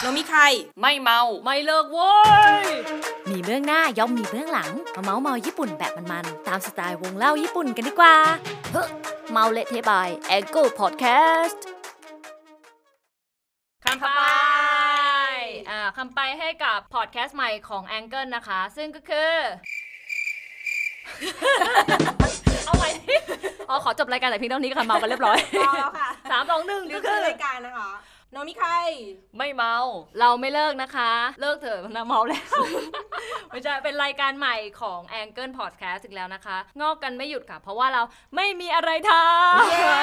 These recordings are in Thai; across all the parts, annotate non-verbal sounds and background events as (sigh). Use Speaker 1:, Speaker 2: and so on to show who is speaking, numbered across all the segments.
Speaker 1: หนูมีใคร
Speaker 2: ไม่เมา ไม่เลิกโว้ย
Speaker 3: มีเบื้องหน้าย่อมมีเบื้องหลัง มาเมาส์มอยญี่ปุ่นแบบมันๆ ตามสไตล์วงเล่าญี่ปุ่นกันดีกว่าเฮ้อเมาเละเทะบายแองเกิลพอดแคสต์
Speaker 2: คำไปอ่าคำไปให้กับพอดแคสต์ใหม่ของแองเกิลนะคะ ซึ่งก็คือ เอาไว้อ๋อขอจบรายการแต่เพียงเท่านี้ค่ะเมากันเรียบร้อย
Speaker 1: พอแล้วค่ะ
Speaker 2: สามสองหนึ่ง
Speaker 1: หรื
Speaker 2: ก็
Speaker 1: อคื
Speaker 2: คือ อ
Speaker 1: รายการนะคะหนูมีใคร
Speaker 2: ไม่เมา เราไม่เลิกนะคะ เลิกเถอะนะเมาแล้ว (laughs) ไม่ใช่เป็นรายการใหม่ของ a n g l e Podcast ถึงแล้วนะคะ งอกกันไม่หยุดค่ะ เพราะว่าเราไม่มีอะไรท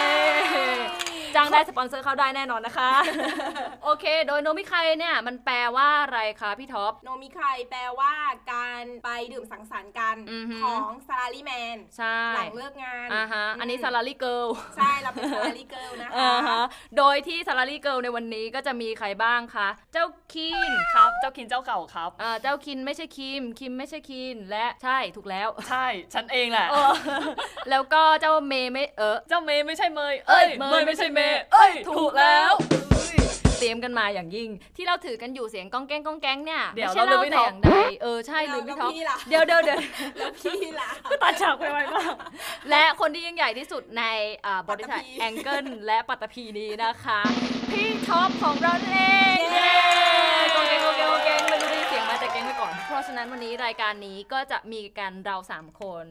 Speaker 2: ำจ้างได้สปอนเซอร์เข้าได้แน่นอนนะคะ (laughs) โอเค โดยโนมิไคเนี่ย มันแปลว่าอะไรคะพี่ท็อป
Speaker 1: โนมิใครแปลว่าการไปดื่มสังสรรค์กัน
Speaker 2: อือฮึ
Speaker 1: ของซา l ารีแมน
Speaker 2: ใช่
Speaker 1: หลังเลิกงาน
Speaker 2: อ่าฮะ อันนี้ซา l า r ี g เกิล
Speaker 1: ใช่เราเป็นซา l ารีเกิลนะ
Speaker 2: อ่า
Speaker 1: คะ
Speaker 2: ฮะ โดยที่ซา l า r ี g เกิลในวันนี้ก็จะมีใครบ้างคะ เจ้าคิน
Speaker 4: ครับ เจ้าคินเจ้าเก่าครับ
Speaker 2: อ่าเจ้าคินไม่ใช่คิม คิมไม่ใช่คิน และใช่ถูกแล้ว
Speaker 4: ใช่ ฉันเองแหละ
Speaker 2: เออ (laughs) แล้วก็เจ้าเมย์ไม่เออ
Speaker 4: เจ้าเมย์ไม่ใช่เมย์
Speaker 2: เอ้
Speaker 4: เอ้
Speaker 2: ย
Speaker 4: ย
Speaker 2: เมย์
Speaker 4: เมย์ไม่ใช่เมย์
Speaker 2: ไม่ใช่เมย์
Speaker 4: เอ้ย
Speaker 2: ถูก
Speaker 4: ถูกแล้ว
Speaker 2: แเตรียมกันมาอย่างยิ่ง ที่เราถือกันอยู่เสียงก้องแก้งก้องแก้งเนี่ย
Speaker 4: เดี๋ยว
Speaker 2: ไม่ใช่
Speaker 4: เราลื
Speaker 2: เรา
Speaker 4: มพี่
Speaker 2: แต่อย่า
Speaker 4: ท็อป
Speaker 2: งใดเออใช่ลืมพี่ท็อป
Speaker 1: แล้วพี่ล่ะ
Speaker 2: เดี๋ยวเดี๋ยวเดี๋ยว
Speaker 1: แล้วพี่ล่ะ
Speaker 4: ตัดฉากไปไวมาก
Speaker 2: และคนที่ยิ่งใหญ่ที่สุดในอ่าบริษัท
Speaker 1: ปัตตภี
Speaker 2: แองเกิลและปัตตภีนี้นะคะ พี่ท็อปของเรานั่นเอง
Speaker 1: เย้
Speaker 2: เย้ก้องแก้งก้องแก้งก้องแก้งไม่รู้ได้ยินเสียงมาแต่แก้งไปก่อน เพราะฉะนั้นวันนี้รายการนี้ก็จะมีกันเราสามคน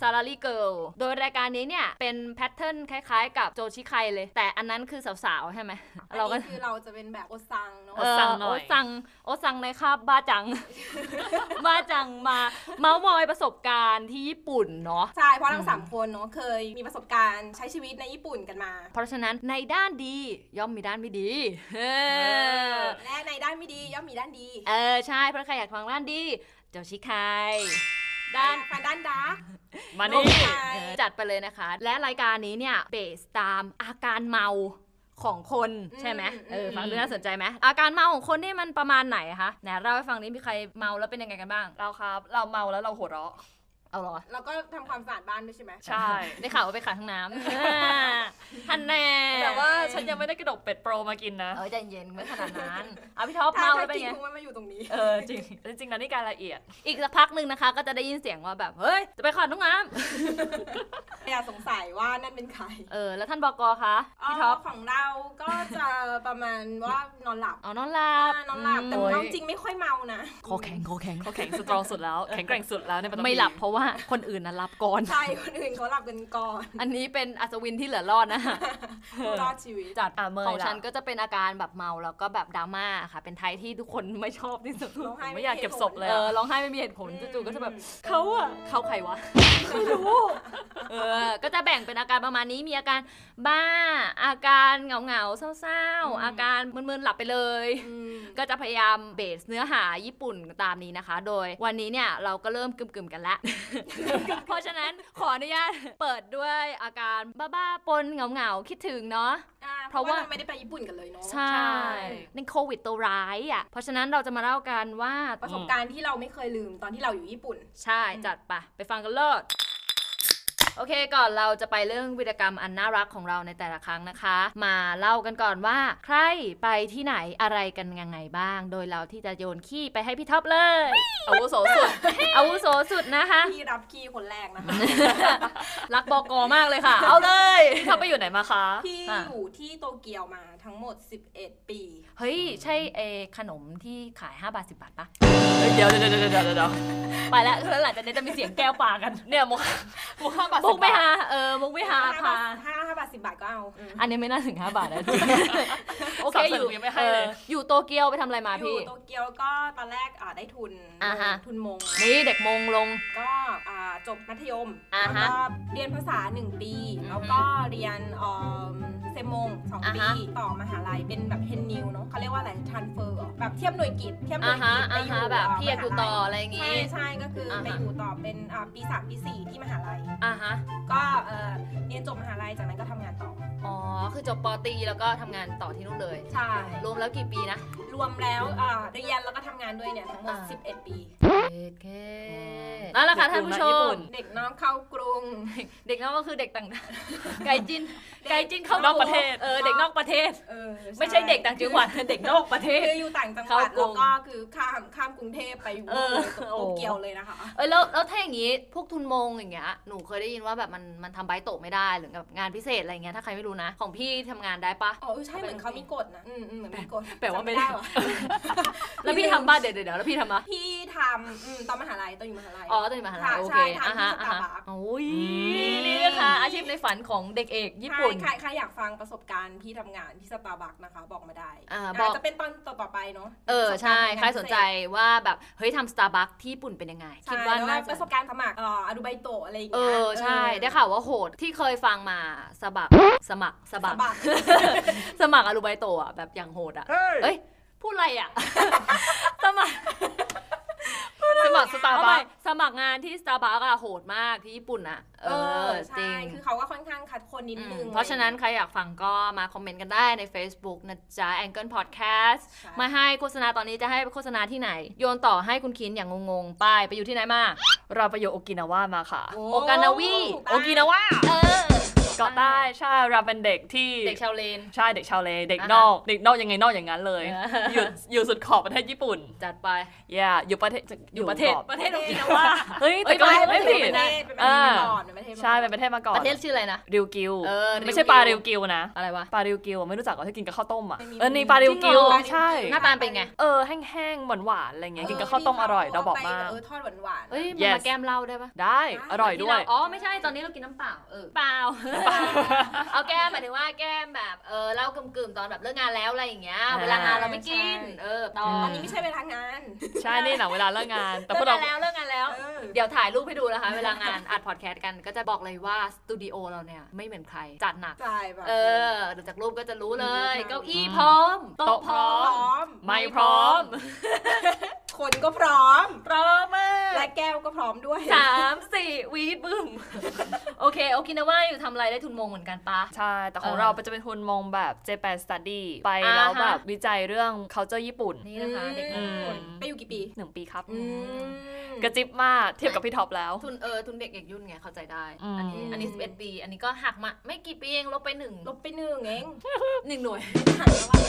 Speaker 2: ซา l า r ีเกิลโดยรายการนี้เนี่ย เป็นแพทเทิร์นคล้ายๆ กับโจชิไคเลย แต่อันนั้นคือสาวๆ ใช่ไหม เรา
Speaker 1: เรา
Speaker 2: ก็
Speaker 1: ก็คือเราจะเป็นแบบโอซังเนาะ
Speaker 4: โอซังหน่อย
Speaker 2: เโสั่งโอซังในคาบบ้าจัง (laughs) บ้าจังมาเมาส์มอยประสบการณ์ที่ญี่ปุ่นเนาะ
Speaker 1: ใช่เพราะทั้งสามคนเนาะเคยมีประสบการณ์ใช้ชีวิตในญี่ปุ่นกันมา
Speaker 2: เพราะฉะนั้นในด้านดีย่อมมีด้านไม่
Speaker 1: (laughs)
Speaker 2: ดีเออ
Speaker 1: และในด้านไม่ดีย่อมมีด้านดี
Speaker 2: เออ ใช่เพราะใครอยากฟังด้านดี โจชิไคด้าน
Speaker 1: ฟันด้านดาร์ก
Speaker 4: มา
Speaker 1: โน
Speaker 4: นี่
Speaker 1: มิใคร
Speaker 2: จัดไปเลยนะคะ และรายการนี้เนี่ยเบสตามอาการเมาของคน
Speaker 1: อืม
Speaker 2: ใช่ไหม
Speaker 1: อืม
Speaker 2: เออฟังดู
Speaker 4: อืม
Speaker 2: น่าสนใจไหมอาการเมาของคนนี่มันประมาณไหนคะไหนเล่าให้ฟังนี้มีใครเมาแล้วเป็นยังไงกันบ้าง
Speaker 4: เราครับ เราเมาแล้วเราหัวเราะ
Speaker 2: เอาเหรอ
Speaker 1: แล้วก็ทำความสะอาดบ้านด้วยใช่ไหม
Speaker 4: ใช่ (laughs)
Speaker 2: ได้ข่าวว่าไปขังห้องน้ำ (laughs) ฮันแน่
Speaker 4: แต่ว่าฉันยังไม่ได้กระดกเป็ดโปรมากินนะ
Speaker 2: เออใจเย็นไม่ขนาดนั้นเอาพี่ท็อป
Speaker 1: ถ้าถ้า
Speaker 2: เมาแล้วเป็น
Speaker 1: กิน
Speaker 2: ไง
Speaker 1: คงไม่มาอยู่ตรงนี้
Speaker 4: เออจริง จริงๆนะนี่การละเอียด
Speaker 2: อีกสักพักหนึ่งนะคะ ก็จะได้ยินเสียงว่าแบบเฮ้ยจะไปขังห้องน้
Speaker 1: อย่าสงสัยว่านั่นเป็นใคร
Speaker 2: ำเออแล้วท่านบกคะพี่ท็อป
Speaker 1: ของเราก็จะประมาณว่านอนหลับ
Speaker 2: เอานอนหลับ
Speaker 1: อ่านอนหลับ แต่
Speaker 4: โอ้ย
Speaker 1: น้องจริงไม่ค่อยเมานะ
Speaker 2: คอแข็งคอแข็ง
Speaker 4: เขาแข็งสตรองสุดแล้ว แข็งแกร่งสุดแล้วในปัตตานี
Speaker 2: ไม่หลับเพราะว่าคนอื่นน่ะหลับก่อน
Speaker 1: ใช่คนอื่นเขาหลับกันก่อน
Speaker 2: อันนี้เป็นอัศวินที่เหลือรอด (laughs) นะ
Speaker 1: รอดชีวิต
Speaker 2: จัด
Speaker 4: อ่ะเมย
Speaker 2: ของ
Speaker 4: ละ
Speaker 2: ฉันก็จะเป็นอาการแบบเมาแล้วก็แบบดราม่าค่ะ เป็นไทยที่ทุกคนไม่ชอบที่ (laughs) สุด
Speaker 1: ร้องไห้
Speaker 4: ไม่อยากเก็บศพเลย
Speaker 2: เอ
Speaker 4: อะ
Speaker 2: อร้องไห้ไม่มีเหตุผล
Speaker 1: อืม
Speaker 2: จู่ๆก็จะแบบเขาอะเขาใครวะ ไม่รู้ เออ ก็จะแบ่งเป็นอาการประมาณนี้มีอาการบ้า อาการเหงาๆเศร้าๆ อาการมึนๆหลับไปเลย
Speaker 1: ม
Speaker 2: ก็จะพยายามเบสเนื้อหาญี่ปุ่นตามนี้นะคะ โดยวันนี้เนี่ยเราก็เริ่มกึ่มๆกันแล้ว (laughs) เพราะฉะนั้นขออนุญาตเปิดด้วยอาการบ้าๆปนเหงาๆ คิดถึงเนาะ
Speaker 1: อ่า
Speaker 2: เพ
Speaker 1: เพ
Speaker 2: ราะ
Speaker 1: ราะ
Speaker 2: ว่า
Speaker 1: ว่าเราไม่ได้ไปญี่ปุ่นกันเลยเนาะ
Speaker 2: ใช่ในโควิดตัวร้ายอ่ะ เพราะฉะนั้นเราจะมาเล่ากันว่า
Speaker 1: ประสบการณ์ที่เราไม่เคยลืมตอนที่เราอยู่ญี่ปุ่น
Speaker 2: ใช่ จัดไปะไปฟังกันเลิศโอเคก่อนเราจะไปเรื่องวิรกรรมอันน่ารักของเราในแต่ละครั้งนะคะ มาเล่ากันก่อนว่า ใครไปที่ไหนอะไรกันยังไงบ้าง โดยเราที่จะโยนขี้ไปให้พี่ท็อปเลยอาวุโส
Speaker 4: (laughs)
Speaker 2: สุด (laughs) อาวุโสสุดนะคะ
Speaker 1: ที่รับคีย์คนแรกนะคะ
Speaker 2: (laughs) รักบกมากเลยค่ะ เอาเลย
Speaker 4: พี่เขาไปอยู่ไหนมาคะ
Speaker 1: พี่
Speaker 2: อ่ะ
Speaker 1: อยู่ที่โตเกียวมาทั้งหมด 11 ปี
Speaker 2: เฮ้ย ใช่เอขนมที่ขาย 5 บาท 10 บาทปะ
Speaker 4: เดี๋ยวเดี๋ยวเดี๋ยวเดี๋ยวเดี๋ยว
Speaker 2: ไปแล้วแล้วหลังจากนี้จะมีเสียงแก้วปากัน
Speaker 4: เนี่ยมุกมุกห้าบาท
Speaker 2: มุกไม่
Speaker 4: สิบบาท
Speaker 2: หาเออมุกไม่หาพา
Speaker 1: ห้าห้าบาทสิบบาทก็เอาอืม
Speaker 2: อันนี้ไม่น่าถึง 5 บาทนะจริง (laughs) โอเค
Speaker 4: สาม
Speaker 2: อ
Speaker 4: สิบ
Speaker 2: ยู่
Speaker 4: ยังไม่
Speaker 2: เอ
Speaker 4: ให้เล
Speaker 2: อย อยู่โตเกียวไปทำอะไรมา
Speaker 1: อยู่
Speaker 2: พี่
Speaker 1: โตเกียวก็ตอนแรกอ่าได้ทุน
Speaker 2: อ่าฮะ
Speaker 1: ทุนมง
Speaker 2: นี่เด็กมงลง
Speaker 1: ก็อ่าจบมัธยม
Speaker 2: อ่า
Speaker 1: แล้ว
Speaker 2: ฮะ
Speaker 1: ก็เรียนภาษา 1 ปี แล้วก็เรียนเอิ่มเซมงสอง
Speaker 2: อ่า
Speaker 1: ปี
Speaker 2: ฮะ
Speaker 1: ต่อมหาลัยเป็นแบบเฮนนิวเนาะเขาเรียกว่าอะไรทันเฟอร์แบบเทียบหน่วยกิจเทียบหน่ว
Speaker 2: อ่าย ฮะ
Speaker 1: กิจไป
Speaker 2: อ่า
Speaker 1: อ
Speaker 2: ฮะ
Speaker 1: ยู่
Speaker 2: แบบ
Speaker 1: เ
Speaker 2: พี่อยากอยู่ต่
Speaker 1: ม
Speaker 2: อ
Speaker 1: หาลั
Speaker 2: อะไรอย่างงี้
Speaker 1: ใช่ใช่ก็คืออา
Speaker 2: ฮะ
Speaker 1: ไปอยู่ต่อเป็นอ่าปี 3 ปี 4 ที่มหาลัย
Speaker 2: อ่ะฮะ
Speaker 1: ก็เอ่อเรียนจบมหาลัยจากนั้นก็ทำงานต่อ
Speaker 2: อ๋อ คือจบปอตรีแล้วก็ทำงานต่อที่นู่นเลย
Speaker 1: ใช่
Speaker 2: รวมแล้วกี่ปีนะ
Speaker 1: ร รวมแล้วอ่าเรียนแล้วก็ทำงานด้วยเนี่ยทั้งหมด
Speaker 2: อ่า
Speaker 1: สิบเอ็ดปี
Speaker 2: เคนั่นแหละค่ะท่านผู้ช
Speaker 4: ญี่
Speaker 2: ม
Speaker 4: ปุ่น
Speaker 1: เด็กน้องเข้ากรุง
Speaker 2: เด็กนอกก็คือเด็กต่าง (laughs) ดาวไก่จินไก่จินเข้าน
Speaker 4: อกประเทศ
Speaker 2: เออเด็กนอกประเทศ
Speaker 1: เออ
Speaker 2: ไม่ใช่เด็กต่างจังหวัด (laughs) เด็กนอกประเท
Speaker 1: คือ
Speaker 2: ศ
Speaker 1: คืออยู่ต่างจังหวัด
Speaker 2: เข้ากรุ
Speaker 1: แล้ว
Speaker 2: ง
Speaker 1: ก็คือข้ามข้ามกรุงเทพไปอยู่
Speaker 2: เออ
Speaker 1: โตเกียวเลยนะคะ
Speaker 2: เอยแล้วแล้วถ้าอย่างนี้พวกทุนมงอย่างเงี้ยหนูเคยได้ยินว่าแบบมันมันทำใบโตะไม่ได้หรือแบบงานพิเศษอะไรเงี้ยถ้าใครไม่รู้นะ ของพี่ทำงานได้ปะ
Speaker 1: อ๋อเออใช่เหมือนเขามีกฎนะอืมอืมเหมือนมีกฎ
Speaker 4: แปลว่าไม่
Speaker 1: จำ
Speaker 4: ได้
Speaker 1: หรอ
Speaker 2: แล้วพี่ทำบ้าเดี๋ยวเดี๋ยวเดี๋ยวแล้วพี่ทำปะ
Speaker 1: พี่ทำอืมตอนมหาลัยตอนอยู่มหาลัย
Speaker 2: อ๋อตอนอยู่มหาลัย
Speaker 1: ค่ะ
Speaker 2: โอ
Speaker 1: ใช่
Speaker 2: เค
Speaker 1: ทำที่
Speaker 2: อ่ะฮะอ่ะฮะ
Speaker 1: Starbucks
Speaker 2: โอ้ย
Speaker 4: อืม
Speaker 2: นี่นะคะอาชีพในฝันของเด็กเอกญี่ปุ่น
Speaker 1: ใครใครอยากฟังประสบการณ์ที่ทำงานที่สตาร์บัคนะคะ บอกมาได้
Speaker 2: อ่า
Speaker 1: อา
Speaker 2: บอก
Speaker 1: จจะเป็นตอนต่อๆไปเนาะ
Speaker 2: เออใช่ใครสนใจ
Speaker 1: ป
Speaker 2: ว่าแบบเฮ้ยทำสตาร์บัคที่ญี่ปุ่นเป็นยังไง
Speaker 1: ะสบกรณ์
Speaker 2: คิดว่าน่า
Speaker 1: ป
Speaker 2: จะ
Speaker 1: ระสบการณ์สมัครเอ่ออาดูไบโตะอะไรอย่าง
Speaker 2: เอ
Speaker 1: เงี้ย
Speaker 2: อใช่
Speaker 1: เออ
Speaker 2: ได้ข่าวว่าโหดที่เคยฟังมาสมัครสมัคร
Speaker 1: ส
Speaker 2: สมัคร
Speaker 1: บัค
Speaker 2: สมัครอลูไบโตะอ่ะแบบอย่างโหดอ่ะเอ้ยพูดอะไร (laughs) อ่ะ สมัครสมัครสตาร์บัคสมัครงานที่สตาร์บัคอะโหดมากที่ญี่ปุ่นอ่ะเออจ
Speaker 1: ใช่
Speaker 2: ริง
Speaker 1: คือเขาก็ค่อนข้างคัดคนนิดนึง
Speaker 2: อืมเพราะฉะนั้นใครอยากฟังก็มาคอมเมนต์กันได้ใน Facebook นะจ๊ะ Angle Podcast
Speaker 1: ใช่
Speaker 2: มาให้โฆษณาตอนนี้จะให้โฆษณาที่ไหน โยนต่อให้คุณคินอย่างงงๆไปไปอยู่ที่ไหนมา
Speaker 4: เราไปอยู่โอกินาวามาค่ะ
Speaker 1: โ
Speaker 2: โอกานาวิ
Speaker 1: ตย
Speaker 4: โอกินาวา
Speaker 2: เออ
Speaker 4: เกาะใต้ใช่เราเป็นเด็กที่
Speaker 2: เด็กชาวเลน
Speaker 4: ใช่เด็กชาวเลเด็ก
Speaker 2: อ่าฮะ
Speaker 4: นอกเด็กนอกยังไงนอกอย่างนั้นเลย
Speaker 2: เอออ
Speaker 4: อยู่อยู่สุดขอบประเทศญี่ปุ่น
Speaker 2: จัดไป
Speaker 4: อย่าอยู่ประเทศอยู่ประเทศ
Speaker 2: ขอบ
Speaker 4: ประเทศโอกินาวาเฮ้ย
Speaker 2: เอ้
Speaker 4: แต่
Speaker 2: ย
Speaker 4: ก็
Speaker 2: ไม่
Speaker 4: ไม่
Speaker 1: เป็นป
Speaker 4: ผิด
Speaker 1: ระเทศเป็นประเทศก่อนเป็นประเทศก่อน
Speaker 4: ใช่เป็นประเทศมาก่อน
Speaker 2: ประเทศชื่ออะไรนะ
Speaker 4: ริวกิว
Speaker 2: เออริวกิว
Speaker 4: ไม่ใช่ปลาริวกิวนะ
Speaker 2: อะไรวะ
Speaker 4: ปลาริวกิวอะไม่รู้จักเหรอที่กินกับข้าวต้มอ่ะ
Speaker 1: ไม่มี
Speaker 4: เออนี่ปลาริวกิ
Speaker 2: จ
Speaker 4: ว
Speaker 2: ริงเหรอ
Speaker 4: ใช่
Speaker 2: หน้าตาเป็นไง
Speaker 4: เออแห้งๆหวานๆอะไรเงี้ย
Speaker 1: เออ
Speaker 4: กินกับข้าวต้มอร่อยเราบอกมาก
Speaker 1: เออทอดหวานๆ
Speaker 2: เอ้ยมัน
Speaker 4: Yes
Speaker 2: มาแก้มเหล้าได้ปะ
Speaker 4: ได้
Speaker 1: ได้
Speaker 4: อร่อยด้ว
Speaker 2: ที่
Speaker 4: ย
Speaker 2: เาอ๋อไม่ใช่ตอนนี้เรากินน้ำเปล่าเออเปล่า เอาแก้มหมายถึงว่าแก้มแบบเออเหล้ากึ่มๆตอนแบบเลิกงานแล้วอะไรอย่างเงี้ย
Speaker 4: อ่า
Speaker 2: เวลางานเราไม่กิน เออตอ
Speaker 1: ตอน
Speaker 2: น
Speaker 1: นี้ไม่ใช่เวลางาน
Speaker 4: ใช่นี่หนังเวลาเลิกงาน แต่พ
Speaker 2: เลิก
Speaker 4: วกเรา
Speaker 2: งานแล้วเลิกงานแล้ว
Speaker 1: เออ
Speaker 2: เดี๋ยวถ่ายรูปให้ดูนะคะ เวลางานอัดพอดแคสต์กันก็จะบอกเลยว่าสตูดิโอเราเนี่ยไม่เหมือนใครจัดหนัก
Speaker 1: จ่ายแบบ
Speaker 2: เออดูจากรูปก็จะรู้เลย เก้าอี้พร้อมโต๊ะพร้อ
Speaker 1: พ
Speaker 2: ม
Speaker 1: ร้อม
Speaker 4: ไม่พร้อม
Speaker 1: คนก็พร้อม
Speaker 4: พร้อมมาก
Speaker 1: และแก้วก็พร้อมด้วย
Speaker 2: สามสี่วีดบึ้ม โอเค โอกินาว่าอยู่ทำอะไรได้ทุนมงเหมือนกันปะ
Speaker 4: ใช่ แต่ของ
Speaker 2: เออ
Speaker 4: เราจะเป็นทุนมองแบบ Japan Study ไป
Speaker 2: อ่า
Speaker 4: แล้ว
Speaker 2: ฮะ
Speaker 4: แบบวิจัยเรื่อง culture ญี่ปุ่น
Speaker 2: นี่นะคะ เด็ก
Speaker 1: อื
Speaker 2: น้อ
Speaker 1: ม
Speaker 2: ย
Speaker 4: อืม
Speaker 1: ไปอยู่กี่ปี
Speaker 4: หนึ่งปีครับ
Speaker 1: อืม
Speaker 4: กระจิบมากเทียบกับพี่ท็อปแล้ว
Speaker 2: ทุนเออทุนเด็กเอกยุ่นไงเข้าใจได้
Speaker 4: อืม
Speaker 2: อันนี้อันนี้
Speaker 1: อืม
Speaker 2: 11ปี อันนี้ก็หักมาไม่กี่ปีเองลบไปหนึ่ง
Speaker 1: ลบไปหนึ่งเอง
Speaker 2: หนึ่งหน่วย
Speaker 1: ถังแล้วว่า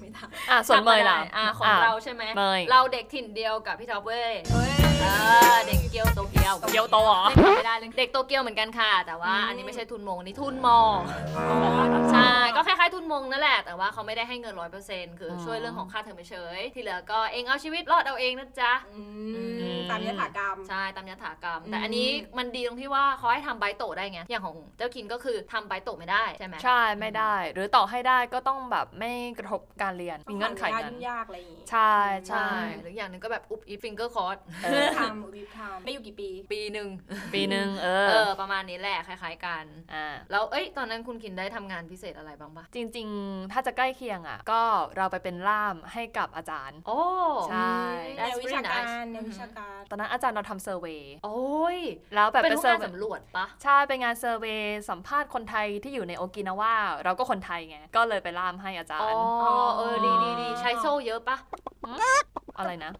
Speaker 1: ไม่ถัง
Speaker 4: อ่ะส่วนเมยล่ะ
Speaker 2: หักมาได้อ่าของเราใช่ไหม
Speaker 4: เมย
Speaker 2: เราเด็กถิ่นเดียวกับพี่ท็อปเว้ย
Speaker 1: เฮ้ย
Speaker 2: เออเด็กเกียวโตเกียว
Speaker 4: เกียวโตเหรอ
Speaker 2: เล่นกันไม่ได้เลยเด็กโตเกียวเหมือนกันค่ะ แต่ว่า
Speaker 1: อืม
Speaker 2: อันนี้ไม่ใช่ทุนมงอันนี้ทุนมอง ใช่ ก็คล้ายๆทุนมงนั่นแหละ แต่ว่าเขาไม่ได้ให้เงินร้อยเปอร์เซ็นต์คืออ
Speaker 4: อ
Speaker 2: ช่วยเรื่องของค่าเทอมเฉยๆที่เหลือก็เองเอาชีวิตรอดเอาเองนะจ๊ะ
Speaker 1: อืมตามยถากรรม
Speaker 2: ใช่ ตามยถากรรม
Speaker 1: อืม
Speaker 2: แต่อันนี้มันดีตรงที่ว่าเขาให้ทำไบโตะได้ไง อย่างของเจ้าคินก็คือทำไบโตะไม่ได้ใช่ไหม
Speaker 4: ใช่ไม่ได้ หรือต่อให้ได้ก็ต้องแบบไม่กระทบการเรียน มีเงื่อนไข
Speaker 1: ต้งผ่าวลา
Speaker 4: นั้
Speaker 1: น ยุ่งยากอะไรอย่างงี้
Speaker 4: ใช่
Speaker 2: ใช่
Speaker 4: ใช่
Speaker 2: หรืออย่างหนึ่งก็แบบอุบอีฟิงเกอร์คอร์ส
Speaker 4: เออ
Speaker 1: ทำอุบิทำไปอยู่กี่ปี
Speaker 2: ปีหนึ่ง
Speaker 4: ปีหนึ่งเอ
Speaker 2: เอ
Speaker 4: อ
Speaker 2: อ ประมาณนี้แหละคล้ายๆกัน
Speaker 4: อ่า
Speaker 2: แล้วเอ้ยตอนนั้นคุณคินได้ทำงานพิเศษอะไรบ้างปะ
Speaker 4: จริงๆ ถ้าจะใกล้เคียงอ่ะ ก็เราไปเป็นล่ามให้กับอาจารย์
Speaker 2: โอ้
Speaker 4: ใช่
Speaker 1: แนววิชาการแนววิชาการ
Speaker 4: ตอนนั้นอาจารย์เราทำเซอร์เวย
Speaker 2: โอ้ย
Speaker 4: แล้วแบบ
Speaker 2: เป็น
Speaker 4: เป็น
Speaker 2: พวก
Speaker 4: เซอร์
Speaker 2: งาน
Speaker 4: เวย
Speaker 2: สำรวจปะ
Speaker 4: ใช่ เป็นงานเซอร์เวย์สัมภาษณ์คนไทยที่อยู่ในโอกินาว่าเราก็คนไทยไง ก็เลยไปล่ามให้อาจาร
Speaker 2: อ๋อ
Speaker 4: ย์
Speaker 2: เออ ดีดีดีใช้โซ่เยอะปะ
Speaker 4: อะไรนะ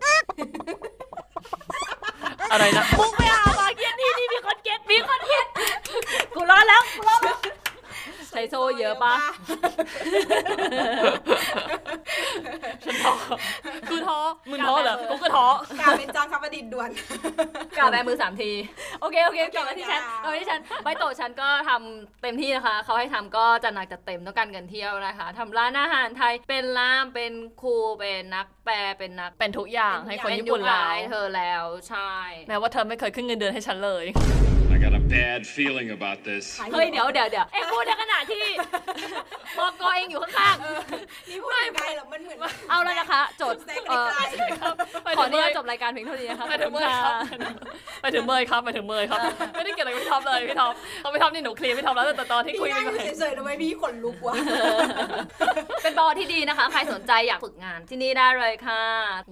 Speaker 4: อะไรนะ
Speaker 2: มึงไปหามาเก็ตนี่นี่มีคอนเก็ตมีคอนเก็ตกูร้อนแล้วกูร้อนแล้วใช้โซ่เยอะปะ
Speaker 4: ฉันท้อกูท้อมึงท้อเหรอกูก็ท้อ
Speaker 1: การเป็นจอมคำประดิษฐ์ด่วน
Speaker 2: กลับแบมือสามที โอเค โอเคกลับมาที่ฉัน
Speaker 1: จ้าก
Speaker 2: ลับมาที่ฉันใบโตะฉันก็ทำเต็มที่นะคะ เขาให้ทำก็จัดหนักจัดเต็มต้องการเงินเที่ยวนะคะทำร้านอาหารไทยเป็นล่ามเป็นครูเป็นนักแปลเป็นนัก
Speaker 4: เป็นทุกอย่างให้คน
Speaker 2: เป็
Speaker 4: ญี่ปุ่น
Speaker 2: ยุคร้
Speaker 4: แล้ว
Speaker 2: ยเธอแล้วใช่
Speaker 4: แม้ว่าเธอไม่เคยขึ้นเงินเดือนให้ฉันเลย
Speaker 5: I got a bad feeling about this.
Speaker 2: เฮ้ยเดี๋
Speaker 1: (laughs)
Speaker 2: ยวเดี๋ยวเดี๋ยวเอ็งพูดในขณะที่ บอกกอเองอยู่ข้าง
Speaker 1: นี่พูดไม่ได้หรอมันเหมือน
Speaker 2: ๆเอาแล้วนะคะโจทย์
Speaker 1: แซงไป
Speaker 2: เอ่อ
Speaker 1: ไกล
Speaker 2: ขออนุญาตจบรายการเพียงเท่านี้นะคะ
Speaker 4: ไปถึงเมยค
Speaker 2: ขอ
Speaker 4: รับบ
Speaker 2: ณะ
Speaker 4: ไปถึงเมยครับไปถึงเมยครับ ไม่ได้เกี่ยวอะไรกับพี่ท็อปเลยพี่ท็อปเขาไปท็อปนี่หนูเคลียร์พี่ท็อปแล้วแต่ตอนที่
Speaker 1: พี่
Speaker 4: คุย
Speaker 1: นั่ง
Speaker 4: ไป
Speaker 1: เฉยๆทำไมพี่ขนลุกวะ
Speaker 2: เป็นบอที่ดีนะคะ ใครสนใจอยากฝึกงานที่นี่ได้เลยค่ะ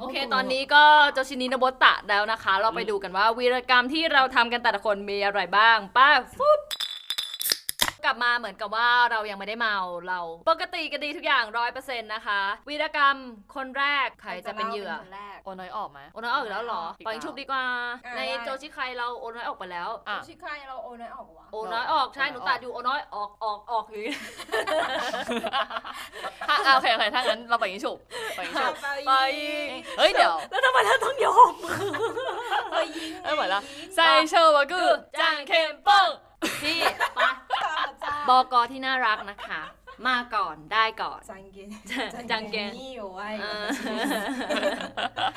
Speaker 2: โอเค ตอนนี้ก็โจชินินโบตะแล้วนะคะ เราไปดูกันว่าวีรกรรมที่เราทำกันแต่ละคนมีอะไรบ้างไป้าฟุบ กลับมาเหมือนกับว่าเรายังไม่ได้เมาเรา ปกติก็ดีทุกอย่างร้อยเปอร์เซ็นต์นะคะวีรกรรมคนแรกใครจะเป็นเหยื่อ
Speaker 1: ราป็นคนแรก
Speaker 4: โอน้อยออกไหม
Speaker 2: โอน้อยออกอีกแล้วเหรอ ปล่อยชุบดีกว่า
Speaker 1: อ่า
Speaker 2: ใน
Speaker 1: ได้
Speaker 2: โจชิไคเราโอน้อยออกไปแล้ว
Speaker 4: อ่ะ
Speaker 1: ชิคายเราโอนน้อยออกวะ
Speaker 2: โอน้อยออกใช่ห
Speaker 4: โอน้อยออก
Speaker 2: นูตัดอยู่โอน้อยออกออกออกอยู่ (laughs)
Speaker 4: อ่ะอ่ะโอเคโอเคถ้างั้นเราปล่อยยิงฉุบปล่อยยิงฉุบ
Speaker 1: ไป
Speaker 4: เฮ้ยเดี๋ยว
Speaker 2: แล้วทำไมเราต้องยอม
Speaker 1: ไปยิง
Speaker 4: เอ้ยเหมือนละ
Speaker 1: ยิง
Speaker 4: ใส่เชอร์วากู
Speaker 2: จ้างเคมเปิ้งพี่ไป
Speaker 1: ต่อจ้า
Speaker 2: บอกอที่น่ารักนะคะ มาก่อนได้ก่อน
Speaker 1: จังเกน
Speaker 2: จังเกน
Speaker 1: นี่โอ้ย
Speaker 2: เออ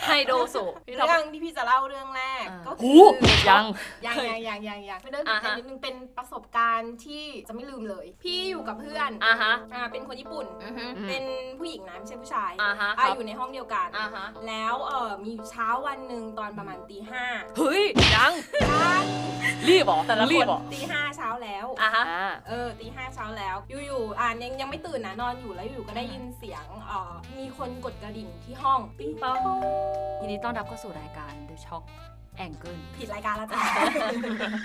Speaker 2: ไฮโดโซ
Speaker 4: พี่ทอป
Speaker 1: เรื่องที่พี่จะเล่าเรื่องแรก
Speaker 2: อ่า
Speaker 1: ก็
Speaker 4: หู
Speaker 1: คื
Speaker 4: ยัง
Speaker 1: ยังยังยังยังยังเป็นเรื่องตื่นเต้นนิดนึงเป็นประสบการณ์ที่จะไม่ลืมเลย พี่อยู่กับเพื่อน
Speaker 2: อ่าฮะ
Speaker 1: อ่าเป็นคนญี่ปุ่น
Speaker 2: อือฮึ
Speaker 1: เป็นผู้หญิงนะไม่ใช่ผู้ชาย
Speaker 2: อ่าฮะ
Speaker 1: อ่าอยู่ในห้องเดียวกัน
Speaker 2: อ่าฮะ
Speaker 1: แล้วเออมีอยู่เช้าวันหนึ่งตอนประมาณตีห้า
Speaker 4: เฮ้ยยังรีบเหรอแต่ละรีบเหรอ
Speaker 1: ตีห้าเช้าแล้ว
Speaker 2: อ่ะฮะ
Speaker 4: อ่า
Speaker 1: เออตีห้าเช้าแล้ว อยู่ๆอ่านยังยังไม่ตื่นนะนอนอยู่แล้วอยู่ก็ได้ยินเสียงเออมีคนกดกระดิ่งที่ห้องปิ๊งปอง
Speaker 2: ทีนี้ต้อนรับเข้าสู่รายการ The Shock Angle
Speaker 1: ผิดรายการแล้วจ้ะ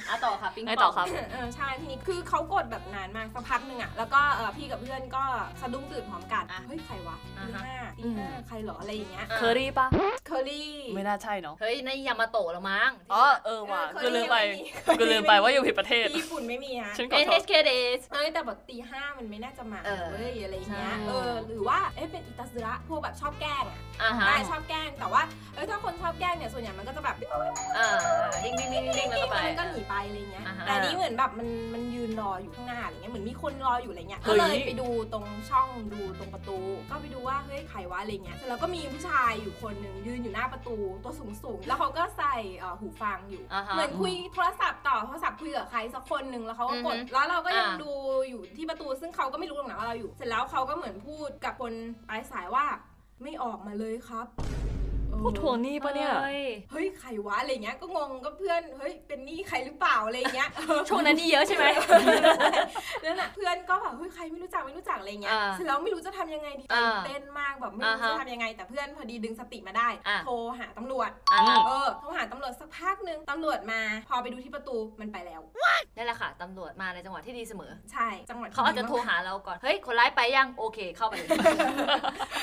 Speaker 2: อ่ะต่อค่ะปิงปอง
Speaker 4: ไงต่อครับ
Speaker 1: เออใช่ทีนี้คือเขากดแบบนานมากสักพักหนึ่งอ่ะแล้วก็เออพี่กับเพื่อนก็สะดุ้งตื่นพร้อมกัน
Speaker 2: อ่ะ
Speaker 1: เฮ้ยใครวะ
Speaker 2: อ่า
Speaker 1: ตี
Speaker 2: ฮะ
Speaker 1: ห้าตีห้าใครเหรออะไรอย่างเงี้ย
Speaker 2: อ่ะ
Speaker 4: เคอรี่ปะ
Speaker 1: เคอรี่
Speaker 4: ไม่น่าใช่เนาะ
Speaker 2: เฮ้ยในยามาโตะแล้วมั้ง
Speaker 4: อ๋อเออว่ะ
Speaker 1: เออ
Speaker 4: กู
Speaker 1: Curly
Speaker 4: ลืมไป
Speaker 1: ม่มี
Speaker 4: กูลืมไปว่าอยู่ผิดประเทศ
Speaker 1: ที่ญี่ปุ่นไม่มีฮะ
Speaker 4: ฉันขอ
Speaker 2: เอ
Speaker 4: โทษ
Speaker 2: สเคเดส
Speaker 1: เอ้ยแต่แบบตีห้ามันไม่น่าจะมา
Speaker 2: เออ
Speaker 1: เว้ยอะไรอย่างเงี้ย
Speaker 2: ใช่
Speaker 1: เออหรือว่าเอ้ยเป็นอิตาซึระพวกแบบชอบแกล้งอ่ะ
Speaker 2: อ่ะฮะ
Speaker 1: ได้ชอบแกล้งแต่ว่าเอ้ยถ้าคนชอบแกล้งเนี่ยส่วนใหญ่มันก็จะแบบ
Speaker 2: อ่าดิ้งดิ้งดิ้งดิ้งแล้วก็ไป
Speaker 1: มันก็หนีไปอะไรเงี้ย
Speaker 2: อ่าฮะ
Speaker 1: แต่นี่เหมือนแบบมันมันยืนรออยู่ข้างหน้าอะไรเงี้ยเหมือนมีคนรออยู่อะไรเงี้ย
Speaker 4: เฮ้
Speaker 1: ก็
Speaker 4: ย
Speaker 1: เลยไปดูตรงช่องดูตรงประตู ก็ไปดูว่าเฮ้ยใครวะอะไรเงี้ยเสร็จแล้วก็มีผู้ชายอยู่คนหนึ่งยืนอยู่หน้าประตูตัวสูงสูงๆแล้วเขาก็ใส่เอ่อหูฟังอยู่
Speaker 2: อ่ะฮะ
Speaker 1: เหมือนคุยโทรศัพท์ต่อโทรศัพท์คุยกับใครสักคนหนึ่งแล้วเขาก็กด
Speaker 2: อือฮึ
Speaker 1: แล้วเราก็ยัง
Speaker 2: อ่า
Speaker 1: ดูอยู่ที่ประตูซึ่งเขาก็ไม่รู้หรอกนะว่าเราอยู่ เสร็จแล้วเขาก็เหมือนพูดกับคนปลายสายว่าไม่ออกมาเลยครับเออ
Speaker 4: พูดทวงหนี้ปะเนี่ย
Speaker 2: ฮ้
Speaker 1: เฮ้ยใครวะอะไรเงี้ยก็งงก็เพื่อนเฮ้ยเป็นหนี้ใครหรือเปล่าอะไรเงี้ยเออ
Speaker 2: (laughs) ช่วงนั้นนี่เยอะใช่ไหม
Speaker 1: (laughs) นั่นน่ะเพื่อนก็แบบเฮ้ยใครไม่รู้จักไม่รู้จักอะไรเงี้ย
Speaker 2: อ่า
Speaker 1: เสร็จแล้วไม่รู้จะทำยังไงดี
Speaker 2: อ่า
Speaker 1: เต้นมากแบบไม่
Speaker 2: อ่า
Speaker 1: รู้
Speaker 2: ฮะ
Speaker 1: จะทำยังไง แต่เพื่อนพอดีดึงสติมาได้
Speaker 2: อ่ะ
Speaker 1: โทรหาตำรวจ
Speaker 2: อ่ะ
Speaker 4: อืม
Speaker 1: เออโทรหาตำรวจสักพักหนึ่งตำรวจมา พอไปดูที่ประตูมันไปแล้ว
Speaker 2: นั่นแหละค่ะตำรวจมาในจังหวะที่ดีเสมอ
Speaker 1: ใช่จังหวัด
Speaker 2: เขาอาจจะโทรหาเราก่อน เฮ้ย คนร้ายไปยัง โอเค เข้า
Speaker 4: (laughs)
Speaker 2: ไปเลย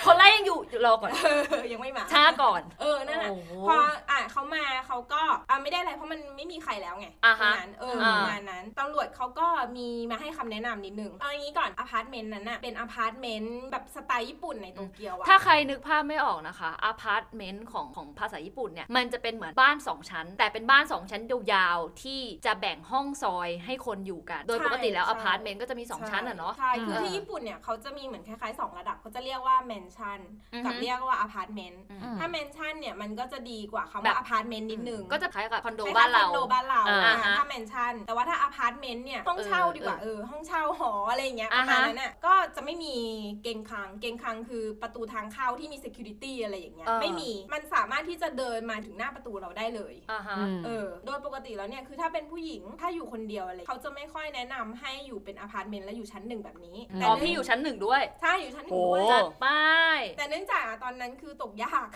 Speaker 2: คนร้ายยังอยู่รอก่อน
Speaker 1: เออยังไม่มา
Speaker 2: ช้าก่อน
Speaker 1: เออนั่นแหละ
Speaker 2: โอ้โห
Speaker 1: พออ่ะเขามาเขาก็อ่ะไม่ได้อะไรเพราะมันไม่มีใครแล้วไง
Speaker 2: อ่าฮะ
Speaker 1: ตรงนั้นเออ
Speaker 2: อ่า
Speaker 1: ประมาณนั้นตำรวจเขาก็มีมาให้คำแนะนำนิดนึงเอาอย่างนี้ก่อนอพาร์ตเมนต์นั้นน่ะเป็นอพาร์ตเมนต์แบบสไตล์ญี่ปุ่นในโตเกียวอะ
Speaker 2: ถ้าใครนึกภาพไม่ออกนะคะอาพาร์ตเมนต์ของของภาษาญี่ปุ่นเนี่ย มันจะเป็นเหมือนบ้าน 2 ชั้น แต่เป็นบ้าน 2 ชั้นยาวๆ ที่จะแบ่งห้องซอยให้คนอยู่กัน โดยปกติแล้วอพาร์ตเมนต์ก็จะมี 2 ชั้นอ่ะเนาะ
Speaker 1: ใช่คือ
Speaker 2: เออ
Speaker 1: ที่ญี่ปุ่นเนี่ยเขาจะมีเหมือนคล้ายๆสองระดับเขาจะเรียกว่าแมนชั่น
Speaker 2: อือฮึ
Speaker 1: กับเรียกว่าอพาร์ตเมนต์
Speaker 2: อืม
Speaker 1: ถ้าแมนชั่นเนี่ยมันก็จะดีกว่าคำ
Speaker 2: แบ
Speaker 1: ว่า
Speaker 2: บ
Speaker 1: อพาร์ตเมนต์นิดนึง
Speaker 2: ก็จะคล้ายกับคอนโดบ้านเรา
Speaker 1: คล้ยๆคอนโดบ้านเรา
Speaker 4: อ่า
Speaker 1: อ่า
Speaker 2: ฮะ
Speaker 1: ถ้าแมนชั่น แต่ว่าถ้าอพาร์ตเมนต์เนี่ย ห้องเช่า
Speaker 2: เออ
Speaker 1: ดีกว่า เออ ห้องเช่าหออะไรอย่างเงี้ยป
Speaker 2: อ่า
Speaker 1: ระมา
Speaker 2: ฮะ
Speaker 1: ณนั้นน่ะ ก็จะไม่มีเกงคัง เกงคังคือประตูทางเข้าที่มี security อะไรอย่างเงี้ย ไม่มี มันสามารถที่จะเดินมาถึงหน้าประตูเราได้เลย
Speaker 2: อ่าฮะ
Speaker 4: ม
Speaker 1: เออ โดยปกติแล้วเนี่ย คือถ้าเป็นผู้หญิง ถ้าอยู่คนเดียวอะไร เขาจะไม่ค่อยแนะนำให้อยู่เป็นอพาร์ตเมนต์แล้วอยู่ชั้นหนึ่งแบบนี้
Speaker 4: อืม
Speaker 1: แต่
Speaker 2: อ๋อ
Speaker 1: เนื่ง
Speaker 2: พี่อยู่ชั้นหนึ่งด้วย
Speaker 1: ใช่อยู่ชั้นหนึ่
Speaker 4: โอ้
Speaker 1: งด้วย
Speaker 2: จัดป้าย
Speaker 1: แต่เนื่องจากตอนนั้นคือตกยาก